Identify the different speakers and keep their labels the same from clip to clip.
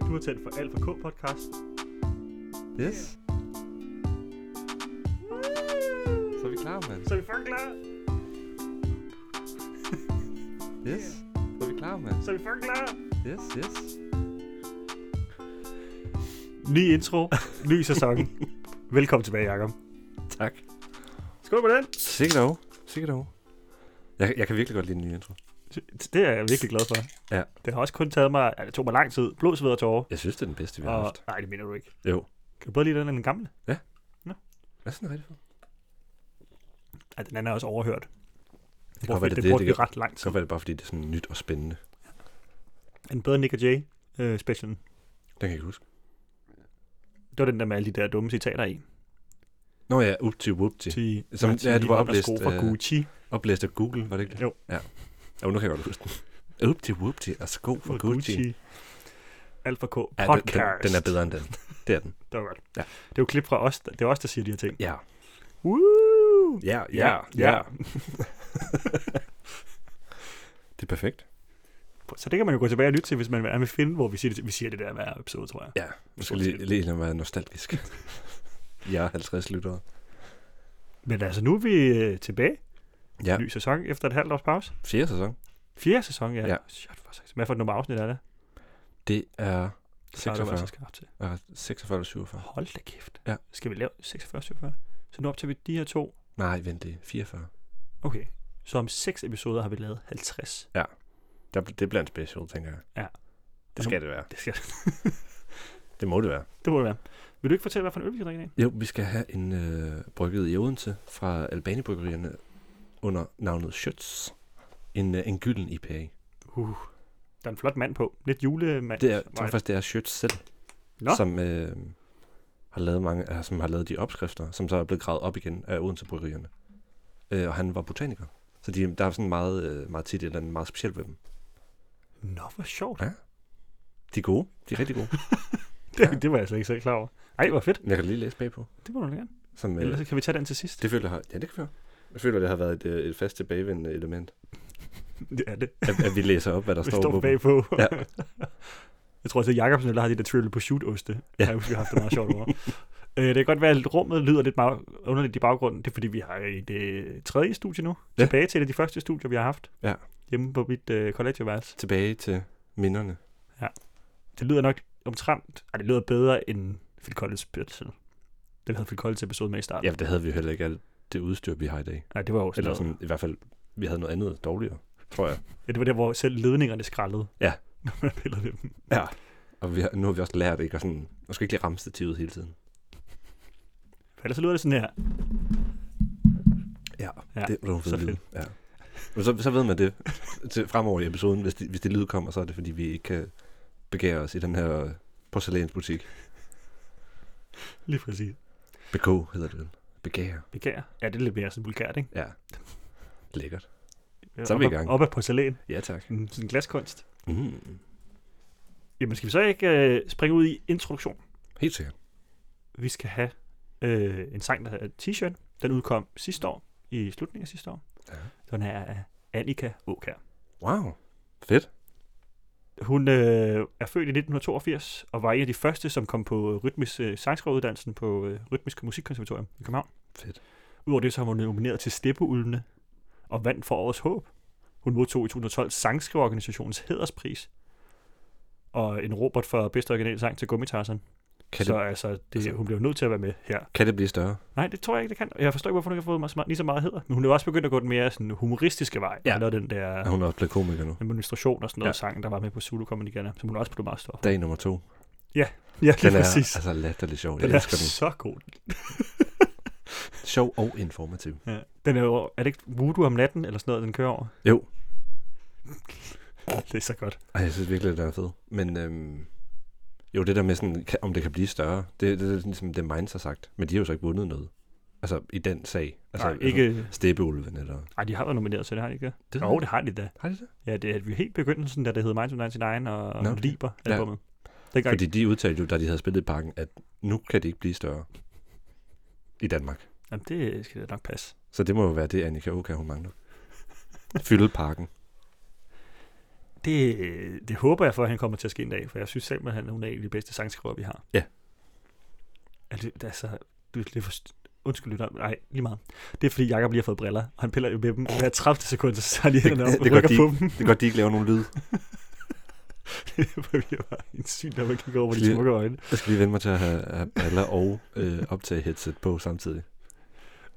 Speaker 1: Kulturtelt for Alfa K podcast.
Speaker 2: Yes. Så er vi klar, mand.
Speaker 1: Så er vi fucking klar.
Speaker 2: Yes. Så er vi klar, mand.
Speaker 1: Så er vi fucking klar.
Speaker 2: Yes, yes.
Speaker 1: Ny intro, ny sæson. Velkommen tilbage, Jakob.
Speaker 2: Tak.
Speaker 1: Skål med den.
Speaker 2: Sikkert dog. Sikkert dog. Jeg, jeg kan virkelig godt lide den nye intro.
Speaker 1: Det er jeg virkelig glad for.
Speaker 2: Ja.
Speaker 1: Det har også kun taget mig, ja, det tog mig lang tid. Blod, sved og tårer.
Speaker 2: Jeg synes, det er den bedste, vi har
Speaker 1: Og,
Speaker 2: haft.
Speaker 1: nej, det mener du ikke.
Speaker 2: Jo.
Speaker 1: Kan du bedre lide den end den gamle?
Speaker 2: Hvad er sådan rigtig fed?
Speaker 1: Ja, den anden er også overhørt. Det,
Speaker 2: godt være, det er
Speaker 1: det,
Speaker 2: det,
Speaker 1: brugte
Speaker 2: det
Speaker 1: vi ret lang
Speaker 2: Så
Speaker 1: tid.
Speaker 2: var det bare, fordi det er sådan nyt og spændende.
Speaker 1: Er Den bedre end Nick og Jay øh, specialen.
Speaker 2: Den kan jeg ikke huske.
Speaker 1: Det var den der med alle de der dumme citater i.
Speaker 2: Nå ja, upti wupti.
Speaker 1: Til,
Speaker 2: Som-
Speaker 1: til
Speaker 2: ja, du var
Speaker 1: Levi's sko
Speaker 2: oplæst,
Speaker 1: fra
Speaker 2: øh,
Speaker 1: Gucci.
Speaker 2: Oplæst af Google, var det ikke det?
Speaker 1: Jo.
Speaker 2: Ja. Jo, nu kan jeg godt huske den. Upti wupti og sko for
Speaker 1: fra
Speaker 2: Gucci.
Speaker 1: Gucci. Alfa K
Speaker 2: Ja, den,
Speaker 1: podcast.
Speaker 2: den, den, er bedre end den. Det er den.
Speaker 1: Det var godt.
Speaker 2: Ja.
Speaker 1: Det er jo klip fra os. der- Det er os, der siger de her ting.
Speaker 2: Ja.
Speaker 1: Woo!
Speaker 2: Ja, Det er perfekt.
Speaker 1: Så det kan man jo gå tilbage og lytte til, hvis man gerne vil finde, hvor vi siger det, vi siger det der hver episode, tror jeg.
Speaker 2: Ja, nu skal lige, lige lade mig være nostalgisk. Jeg er 50 lyttere.
Speaker 1: Men altså, nu er vi øh, tilbage.
Speaker 2: Ja.
Speaker 1: Ny sæson efter et halvt års pause.
Speaker 2: Fjerde sæson.
Speaker 1: Fjerde sæson, ja.
Speaker 2: Ja.
Speaker 1: Shit, for seks. Hvad for et nummer afsnit er det?
Speaker 2: Det er
Speaker 1: Så er der jo
Speaker 2: 46.
Speaker 1: altså skarpt til.
Speaker 2: øh, 46 eller 47.
Speaker 1: Hold da kæft.
Speaker 2: Ja.
Speaker 1: Skal vi lave 46, 47? Så nu optager vi de her to.
Speaker 2: Nej, vent det. er 44.
Speaker 1: Okay. Så om seks episoder har vi lavet 50.
Speaker 2: Der, det bliver en special, tænker jeg.
Speaker 1: Ja.
Speaker 2: Det skal det være.
Speaker 1: Det skal
Speaker 2: Det må det være.
Speaker 1: det må det være. Vil du ikke fortælle, hvad for en øl vi skal drikke i dag?
Speaker 2: Jo, vi skal have en øh, brygget i Odense fra Albanibryggerierne under navnet Schütz. En, øh, en gylden IPA.
Speaker 1: Uh. Der er en flot mand på. Lidt julemand.
Speaker 2: Det er, jeg
Speaker 1: Vibe.
Speaker 2: tror faktisk, det er Schütz selv,
Speaker 1: Nå.
Speaker 2: som øh, har lavet mange, altså, som har lavet de opskrifter, som så er blevet gravet op igen af Odense Bryggerierne. Øh, og han var botaniker. Så de, der er sådan meget, øh, meget tit et eller andet meget specielt ved dem.
Speaker 1: Nå, hvor sjovt.
Speaker 2: Ja. De er gode. De er rigtig gode. Ja.
Speaker 1: Det, det var jeg slet ikke selv klar over. Ej, hvor fedt.
Speaker 2: Men jeg kan lige læse bagpå.
Speaker 1: Det må du da gerne.
Speaker 2: Som, øh,
Speaker 1: Ellers så kan vi tage den til sidst.
Speaker 2: det føler jeg har... Ja, det kan vi gøre. Jeg føler, det har været et, øh, et fast tilbagevendende element.
Speaker 1: Det er det.
Speaker 2: At, at vi læser op, hvad der
Speaker 1: Vi
Speaker 2: står, på
Speaker 1: står
Speaker 2: dem.
Speaker 1: bagpå.
Speaker 2: Ja.
Speaker 1: jeg tror også, at Jacobsen der har de der trivial pursuit oste. Ja.
Speaker 2: Ja.
Speaker 1: Jeg husker, vi har haft det meget sjovt over. øh, det kan godt være, at rummet lyder lidt meget underligt i baggrunden. Det er fordi, vi har i det tredje studie nu.
Speaker 2: Ja.
Speaker 1: Tilbage til et af de første studier, vi har haft.
Speaker 2: Ja.
Speaker 1: Hjemme på mit øh, collegeværelse.
Speaker 2: Tilbage til minderne.
Speaker 1: Det lyder nok omtrent... Ej, det lyder bedre end Phil Collins Pilsen. Den havde Phil Collins episode med i starten.
Speaker 2: Ja, det havde vi jo heller ikke alt det udstyr, vi har i dag.
Speaker 1: Nej, det var jo sådan
Speaker 2: Eller
Speaker 1: noget.
Speaker 2: sådan, i hvert fald, vi havde noget andet dårligere, tror jeg.
Speaker 1: Ja, det var der, hvor selv ledningerne skraldede.
Speaker 2: Ja.
Speaker 1: Når man pillede ved dem.
Speaker 2: Ja. Og vi har, nu har vi også lært, ikke? Og sådan, man skal ikke lige ramme stativet hele tiden.
Speaker 1: For ellers så lyder det sådan her.
Speaker 2: Ja,
Speaker 1: Ja,
Speaker 2: det var nogle
Speaker 1: så
Speaker 2: fede lyde. Ja. Men så, så ved man det til fremover i episoden. Hvis, de, hvis det lyd kommer, så er det, fordi vi ikke kan begære os i den her porcelænsbutik.
Speaker 1: Lige præcis.
Speaker 2: BK hedder det. vel? Begære.
Speaker 1: Begær. Ja, det er lidt mere sådan vulgært, ikke?
Speaker 2: Ja. Lækkert.
Speaker 1: Ja,
Speaker 2: Så er vi i
Speaker 1: op ad-
Speaker 2: gang.
Speaker 1: Op af porcelæn.
Speaker 2: Ja, tak.
Speaker 1: Mm, Sådan en glaskunst.
Speaker 2: Mm.
Speaker 1: Jamen, skal vi så ikke øh, springe ud i introduktion?
Speaker 2: Helt sikkert.
Speaker 1: Vi skal have øh, en sang, der hedder T-shirt. Den udkom sidste år, i slutningen af sidste år.
Speaker 2: Ja.
Speaker 1: Den her af Annika Åkær.
Speaker 2: Wow. Fedt.
Speaker 1: Hun øh, er født i 1982 og var en af de første, som kom på øh, rytmisk øh, sangskriveruddannelsen på øh, Rytmisk Musikkonservatorium i København.
Speaker 2: Fedt.
Speaker 1: Udover det, så har hun været nomineret til Steppeulvene og vandt for årets håb. Hun modtog i 2012 sangskriverorganisationens hæderspris og en Robert for bedste original sang til Gummitarsen.
Speaker 2: Kan
Speaker 1: Så
Speaker 2: det,
Speaker 1: altså, det,
Speaker 2: altså-
Speaker 1: hun bliver nødt til at være med her.
Speaker 2: kan det blive større?
Speaker 1: Nej, det tror jeg ikke, det kan. Jeg forstår ikke, hvorfor hun ikke har fået meget- lige så meget hæder. Men hun er jo også begyndt at gå den mere sådan, humoristiske vej.
Speaker 2: Ja.
Speaker 1: Hun lavede den der
Speaker 2: Ja. Hun er også blevet komiker nu.
Speaker 1: administration og sådan noget ja.
Speaker 2: Ja.
Speaker 1: sang, der var med på Zulu Comedy Ghana, som hun også blev meget stor for.
Speaker 2: Dag nummer to.
Speaker 1: Ja,
Speaker 2: Den
Speaker 1: lige
Speaker 2: er
Speaker 1: præcis.
Speaker 2: altså latterlig sjov. Jeg
Speaker 1: Den er
Speaker 2: elsker
Speaker 1: så
Speaker 2: den.
Speaker 1: god.
Speaker 2: Sjov og informativ.
Speaker 1: Ja. Den er jo, er det ikke voodoo om natten, eller sådan noget, den kører over?
Speaker 2: Jo.
Speaker 1: Det er så godt.
Speaker 2: Ej, jeg synes virkelig, den er fed. Men øhm, jo, det der med, sådan, kan, om det kan blive større, det, det, det er ligesom det Mainz har sagt. Men de har jo så ikke vundet noget. Altså, i den sag. Altså,
Speaker 1: Altså, Nej,
Speaker 2: altså,
Speaker 1: ikke...
Speaker 2: Steppeulven, eller...
Speaker 1: Ej, de har været nomineret til det, har de ikke det?
Speaker 2: Det
Speaker 1: Jo, det har de da.
Speaker 2: Har de det?
Speaker 1: Ja, det er vi er helt begyndelsen, da det hed Minds of 99 og
Speaker 2: Nå,
Speaker 1: no.
Speaker 2: okay.
Speaker 1: Liber albumet. Ja. Dengang,
Speaker 2: Fordi de udtalte jo, da de havde spillet i parken, at nu kan det ikke blive større i Danmark.
Speaker 1: jamen, det skal da nok passe.
Speaker 2: Så det må jo være det, Annika Oka, hun mangler. Fylde parken.
Speaker 1: Det, øh, det håber jeg for, at han kommer til at ske en dag, for jeg synes simpelthen, at hun er en af de bedste sangskriver, vi har.
Speaker 2: Ja.
Speaker 1: Altså, altså du er lidt for... st- Undskyld, lytter. Nej, lige meget. Det er, fordi Jacob lige har fået briller, og han piller jo ved dem. Og hver 30 sekunder, så tager de hænderne op
Speaker 2: det
Speaker 1: og
Speaker 2: gør
Speaker 1: rykker
Speaker 2: de
Speaker 1: på dem.
Speaker 2: Det er godt, de ikke laver nogen lyd.
Speaker 1: For vi var en syn, der man kigger over på de
Speaker 2: Lige-
Speaker 1: smukke øjne.
Speaker 2: Jeg skal lige vende mig til at have, have briller og øh, optage headset på samtidig.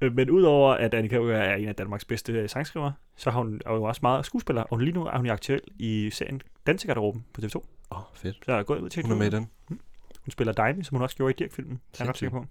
Speaker 1: Øh, Men udover at Annika Unger er en af Danmarks bedste øh, sangskrivere, så har hun er jo også meget skuespiller, og lige nu er hun jo aktuel i serien Dansegarderoben på TV2.
Speaker 2: Åh, oh, fedt.
Speaker 1: Så jeg er gået ud til
Speaker 2: Hun er med i den.
Speaker 1: Hun spiller Dejmy, som hun også gjorde i Dirk-filmen. Jeg er ret
Speaker 2: Sindssygt.
Speaker 1: sikker på.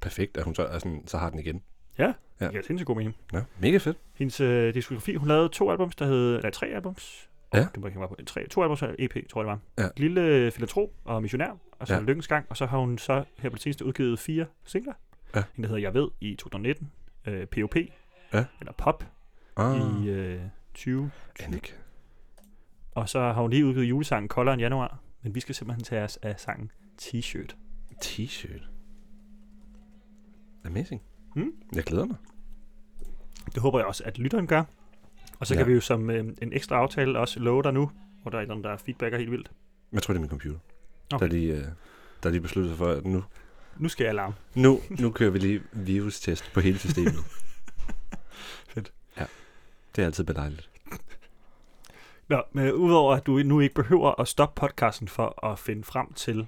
Speaker 2: Perfekt, at hun så, er sådan, så har den igen. Ja.
Speaker 1: Ja. Det er sindssygt god mening.
Speaker 2: Ja, mega fedt.
Speaker 1: Hendes øh, diskografi, hun lavede to albums, der hed, nej, tre albums.
Speaker 2: Ja.
Speaker 1: Det må jeg ikke hænge mig på. Tre, to albums og EP, tror jeg det var.
Speaker 2: Ja.
Speaker 1: Lille øh, Filatro og Missionær, og så
Speaker 2: Ja.
Speaker 1: ja. Lykkens Gang, og så har hun så her på det seneste udgivet fire singler.
Speaker 2: Ja.
Speaker 1: En, der hedder Jeg Ved i 2019, øh, P.O.P.
Speaker 2: Ja.
Speaker 1: eller Pop
Speaker 2: Ah,
Speaker 1: i øh, 20
Speaker 2: Annik.
Speaker 1: Og så har hun lige udgivet julesangen koldere end januar, men vi skal simpelthen tage os af sangen T-shirt.
Speaker 2: T-shirt. Amazing.
Speaker 1: Mm.
Speaker 2: Jeg glæder mig.
Speaker 1: Det håber jeg også, at lytteren gør. Og så ja.
Speaker 2: Ja.
Speaker 1: kan vi jo som øh, en ekstra aftale også love dig nu, hvor der er nogen, der er feedbacker helt vildt.
Speaker 2: Jeg tror, det er min computer.
Speaker 1: Okay.
Speaker 2: Der lige, øh, der lige besluttet sig for, at nu,
Speaker 1: Nu skal jeg alarme.
Speaker 2: nu, nu kører vi lige virustest på hele systemet.
Speaker 1: Fedt.
Speaker 2: Ja, det er altid belejligt.
Speaker 1: Nå, men udover at du nu ikke behøver at stoppe podcasten for at finde frem til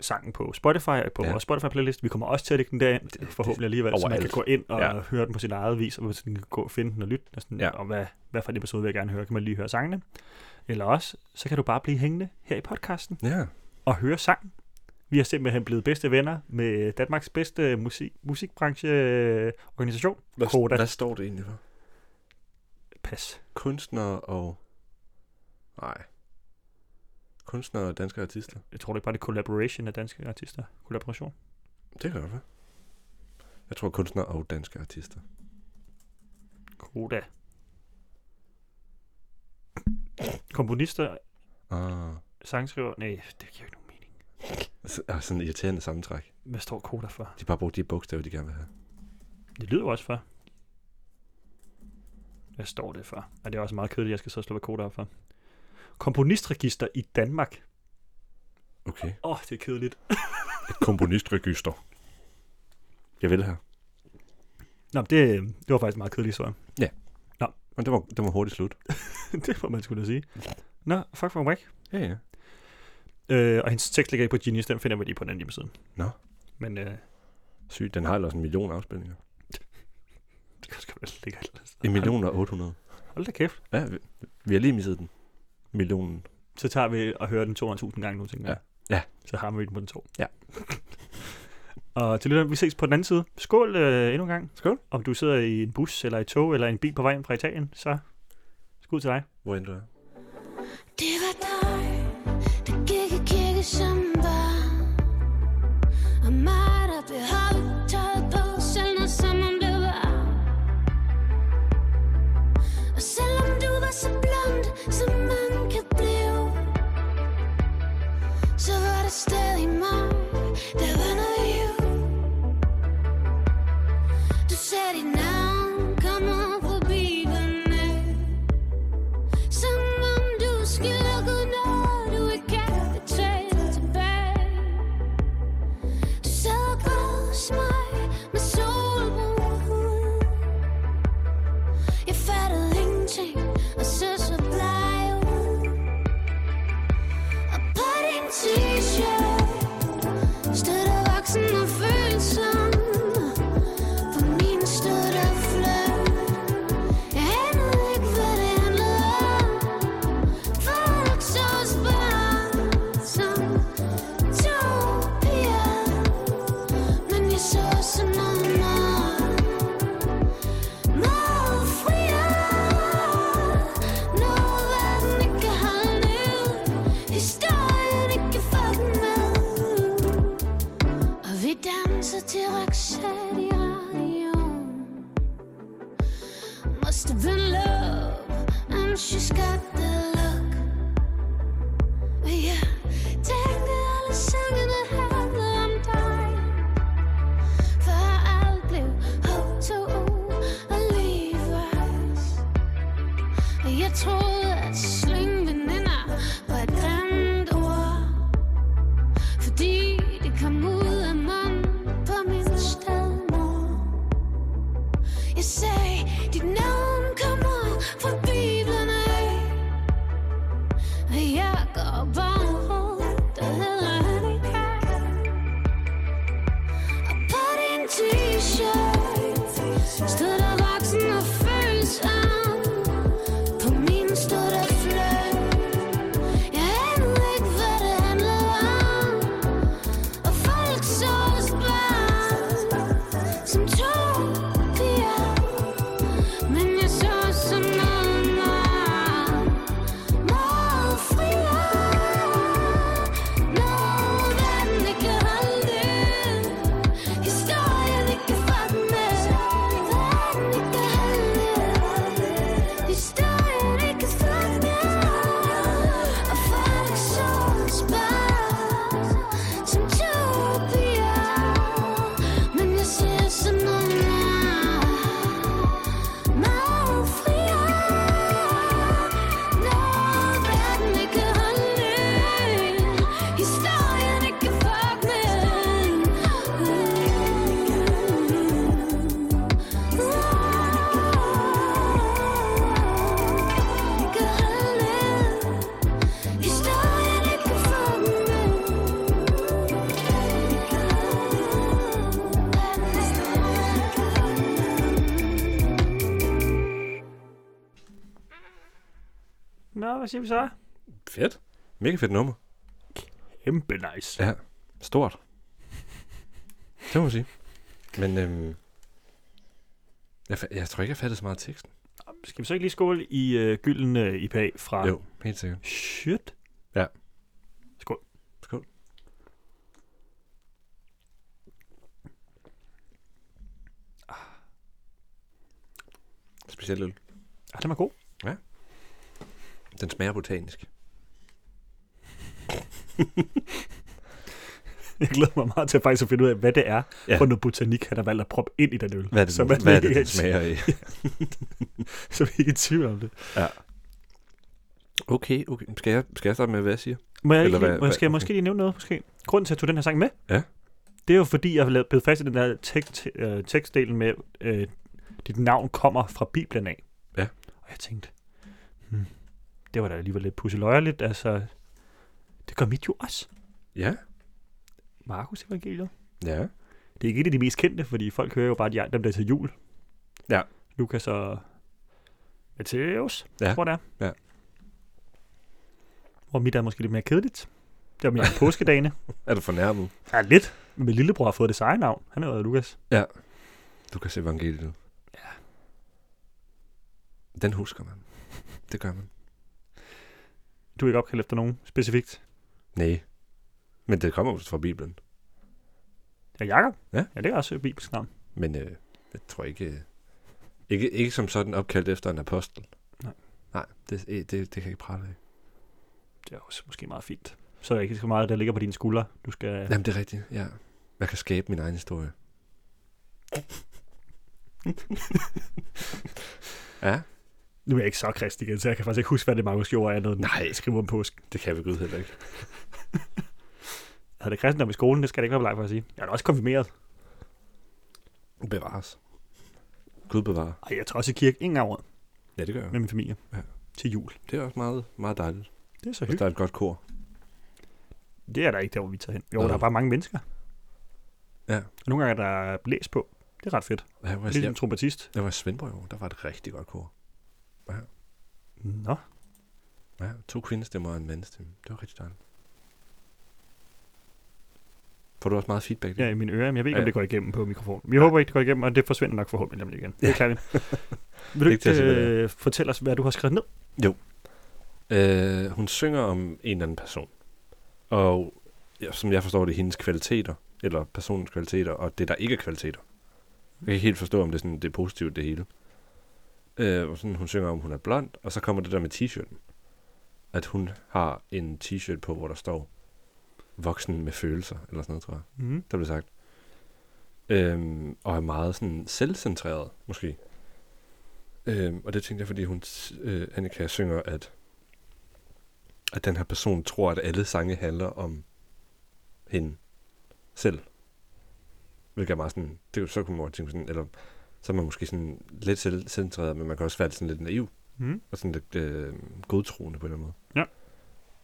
Speaker 1: sangen på Spotify og på
Speaker 2: Ja.
Speaker 1: ja. vores Spotify-playlist. Vi kommer også til at lægge den derind,
Speaker 2: det-
Speaker 1: forhåbentlig alligevel, så man kan
Speaker 2: overalt.
Speaker 1: gå ind og
Speaker 2: Ja.
Speaker 1: ja. høre den på sin eget vis, og man sådan kan gå og finde den og lytte. Og, sådan,
Speaker 2: Ja.
Speaker 1: ja. og hvad, hvad for en episode vil jeg gerne høre? Kan man lige høre sangene? Eller også, så kan du bare blive hængende her i podcasten.
Speaker 2: Ja,
Speaker 1: og høre sang. Vi er simpelthen blevet bedste venner med Danmarks bedste musik, musikbrancheorganisation.
Speaker 2: hvad,
Speaker 1: Koda.
Speaker 2: hvad står det egentlig for?
Speaker 1: Pas.
Speaker 2: Kunstnere og... Nej. Kunstnere og danske artister.
Speaker 1: Jeg tror det ikke bare, det er collaboration af danske artister. Kollaboration.
Speaker 2: Det kan godt være. Jeg tror kunstnere og danske artister.
Speaker 1: Koda. Komponister,
Speaker 2: Ah,
Speaker 1: sangskriver. Nej, det giver ikke nogen mening.
Speaker 2: så- ah, sådan en irriterende sammentræk.
Speaker 1: Hvad står Koda for?
Speaker 2: De bare bruger de bogstaver, de gerne vil have.
Speaker 1: Det lyder jo også for. Hvad står det for? Og det er også meget kedeligt, jeg skal så slå hvad Koda er for. Komponistregister i Danmark.
Speaker 2: Okay.
Speaker 1: Åh, oh, det er kedeligt.
Speaker 2: Et komponistregister. Jeg vil have.
Speaker 1: Nå, det, øh, det var faktisk en meget kedelig historie.
Speaker 2: Men det var, det var hurtigt slut.
Speaker 1: det må man skulle da sige. Nå, fuck for whack.
Speaker 2: Ja, ja.
Speaker 1: Øh, og hendes tekst ligger ikke på Genius, den finder vi lige på den anden hjemmeside.
Speaker 2: Nå.
Speaker 1: Men øh,
Speaker 2: Sygt, den har ellers en million afspilninger.
Speaker 1: det kan sgu vel ligge et eller andet sted.
Speaker 2: En million og 800.
Speaker 1: Hold, hold da kæft.
Speaker 2: Ja, vi, vi har lige misset den. Millionen.
Speaker 1: Så tager vi og hører den 200.000 gange nu, tænker jeg.
Speaker 2: Ja.
Speaker 1: Så har vi den på den to.
Speaker 2: Ja.
Speaker 1: og til lytterne, vi ses på den anden side. Skål øh, endnu en gang.
Speaker 2: Skål.
Speaker 1: Om du sidder i en bus, eller i tog, eller i en bil på vej hjem fra Italien, så skud til dig.
Speaker 2: Hvor end du er.
Speaker 3: Det var dig, der gik i kirke som en barn Og mig, der beholdt tøjet på, selv når sommeren blev varm Og selvom du var så blond, som man kan blive Så var der stadig mig, der var noget jul Du sagde dit navn, kommer forbi mig som om du skylder Gud noget, du ikke kan betale tilbage. Du sad og græd hos mig med solbrun hud. Jeg fattede ingenting og så så bleg ud. Og på din t-shirt stod der voksen og følsom. På min stod der fløjt. Jeg anede ikke, hvad det handlede om. Folk så os bare som to piger. Men jeg så også noget meget, meget friere. Noget, verden ikke kan holde ud. Historien ikke kan Jeg går bare rundt og hælder hen i kar. Og på din t-shirt stod der voksen og følsom. På min stod der fløjt. Jeg anede ikke, hvad det handlede om. Og folk så os bare som to piger. Men jeg så os som noget meget meget friere. Noget, den ikke holde ud. Historien ikke fatne. Verden ikke holde ud. Historien ikke fatne. Og folk så os bare som to piger. Men jeg ser som nogle meget friere. Noget verden ikke holde ud. Historien ikke fuck med. Ikke holde ud. Historien ikke fuck med. Verden ikke
Speaker 1: Nå, hvad siger vi så?
Speaker 2: Fedt. Mega fedt nummer.
Speaker 1: Kæmpe nice.
Speaker 2: Ja. Stort. Det må man sige. Men øhm, jeg, fa- jeg tror ikke, jeg fattede så meget af teksten.
Speaker 1: Skal vi så ikke lige skåle i øh, gylden øh, IPA fra...
Speaker 2: Jo, helt sikkert.
Speaker 1: Shit.
Speaker 2: Ja.
Speaker 1: Skål.
Speaker 2: Skål. Specielt Ah. øl.
Speaker 1: Ah, den var god.
Speaker 2: Den smager botanisk.
Speaker 1: Jeg glæder mig meget til faktisk at finde ud af, hvad det er
Speaker 2: Ja.
Speaker 1: ja. for noget botanik, han har valgt at proppe ind i den øl.
Speaker 2: Hvad er det,
Speaker 1: så
Speaker 2: den, hvad er det, den
Speaker 1: ikke,
Speaker 2: smager i?
Speaker 1: Så vi ikke er i tvivl om det.
Speaker 2: Okay, okay. Skal jeg, skal jeg starte med, hvad jeg siger?
Speaker 1: Må jeg,
Speaker 2: Eller
Speaker 1: Eller
Speaker 2: hvad-
Speaker 1: lige, må jeg, skal jeg
Speaker 2: hvad-
Speaker 1: måske lige nævne noget? Måske? Grunden til, at jeg tog den her sang med,
Speaker 2: Ja.
Speaker 1: det er jo fordi, jeg har lavet- blevet fast i den der tekst, øh, tekstdelen med, øh, dit navn kommer fra Bibelen af.
Speaker 2: Ja.
Speaker 1: Og jeg tænkte, hmm, det var da alligevel lidt pusseløjerligt. Altså, det gør mit jo også.
Speaker 2: Ja.
Speaker 1: Markus evangeliet.
Speaker 2: Ja.
Speaker 1: Det er ikke et af de mest kendte, fordi folk hører jo bare de andre, dem der er til jul.
Speaker 2: Ja.
Speaker 1: Lukas og Matthæus,
Speaker 2: Ja,
Speaker 1: ja. tror jeg det er.
Speaker 2: ja.
Speaker 1: Hvor mit er måske lidt mere kedeligt. Det er mere påskedagene.
Speaker 2: Er du fornærmet?
Speaker 1: Ja, lidt. Men min lillebror har fået det seje navn. Han hedder Lukas.
Speaker 2: Du kan se evangeliet. Ja. Den husker man. Det gør man.
Speaker 1: Du er ikke opkaldt efter nogen specifikt.
Speaker 2: Nej. Men det kommer jo fra Bibelen.
Speaker 1: Ja, Jakob.
Speaker 2: Ja.
Speaker 1: ja, det er også et bibelsk navn.
Speaker 2: Men øh, jeg tror ikke, øh, ikke... Ikke som sådan opkaldt efter en apostel.
Speaker 1: Nej.
Speaker 2: Nej, det, øh, det, det kan jeg ikke prale af.
Speaker 1: Det er også måske meget fint. Så er ikke så meget, der ligger på dine skuldre. Du skal...
Speaker 2: Ja. Jamen, det er rigtigt, ja. Jeg kan skabe min egen historie. ja,
Speaker 1: Nu er jeg ikke så krist igen, så jeg kan faktisk ikke huske, hvad det Markus gjorde andet end
Speaker 2: Nej.
Speaker 1: at skrive om påske.
Speaker 2: det kan vi gud heller ikke.
Speaker 1: Jeg havde det kristendom i skolen, det skal det ikke være bleg for at sige. Jeg er da også konfirmeret.
Speaker 2: Bevares. Gud bevarer.
Speaker 1: Ej, jeg tager også i kirke en gang om året
Speaker 2: Ja, det gør
Speaker 1: med min familie.
Speaker 2: Ja.
Speaker 1: Ja. Til jul.
Speaker 2: Det er også meget, meget dejligt.
Speaker 1: Det er så
Speaker 2: Hvis
Speaker 1: hyggeligt.
Speaker 2: der er et godt kor.
Speaker 1: Det er der ikke der, hvor vi tager hen. Jo,
Speaker 2: Nå.
Speaker 1: der er bare mange mennesker.
Speaker 2: Ja.
Speaker 1: Og nogle gange er der blæs på. Det er ret fedt.
Speaker 2: Jeg var,
Speaker 1: Lidt
Speaker 2: jeg,
Speaker 1: en trompetist.
Speaker 2: jeg var i Svendborg i år. Der var et rigtig godt kor.
Speaker 1: Nå,
Speaker 2: Ja, to kvindestemmer og en mandestemme. Det var rigtig dejligt. Får du også meget feedback?
Speaker 1: ja, i mine ører. Men jeg ved ikke,
Speaker 2: Ja.
Speaker 1: om det går igennem på mikrofonen. Vi håber ikke, det går igennem, og det forsvinder nok forhåbentlig nemlig igen. Det er klart. Vil du
Speaker 2: Ikke
Speaker 1: ikke
Speaker 2: til at sige, hvad det
Speaker 1: øh, fortælle os, hvad du har skrevet ned?
Speaker 2: Øh, hun synger om en eller anden person. Og ja, som jeg forstår det, er hendes kvaliteter, eller personens kvaliteter, og det, der ikke er kvaliteter. Jeg kan ikke helt forstå, om det er, sådan, det er positivt, det hele. Øh, og sådan, hun synger om, hun er blond, og så kommer det der med t-shirten. At hun har en t-shirt på, hvor der står voksen med følelser, eller sådan noget, tror jeg.
Speaker 1: Mm.
Speaker 2: der blev sagt. Øhm, og er meget sådan selvcentreret, måske. Øhm, og det tænkte jeg, fordi hun, s- øh, Annika synger, at, at den her person tror, at alle sange handler om hende selv. Hvilket er meget sådan, det, er jo- så kunne man godt tænke sådan, eller så er man måske sådan lidt selvcentreret, men man kan også være sådan lidt naiv
Speaker 1: Mm.
Speaker 2: og sådan lidt øh, godtroende på en eller anden måde.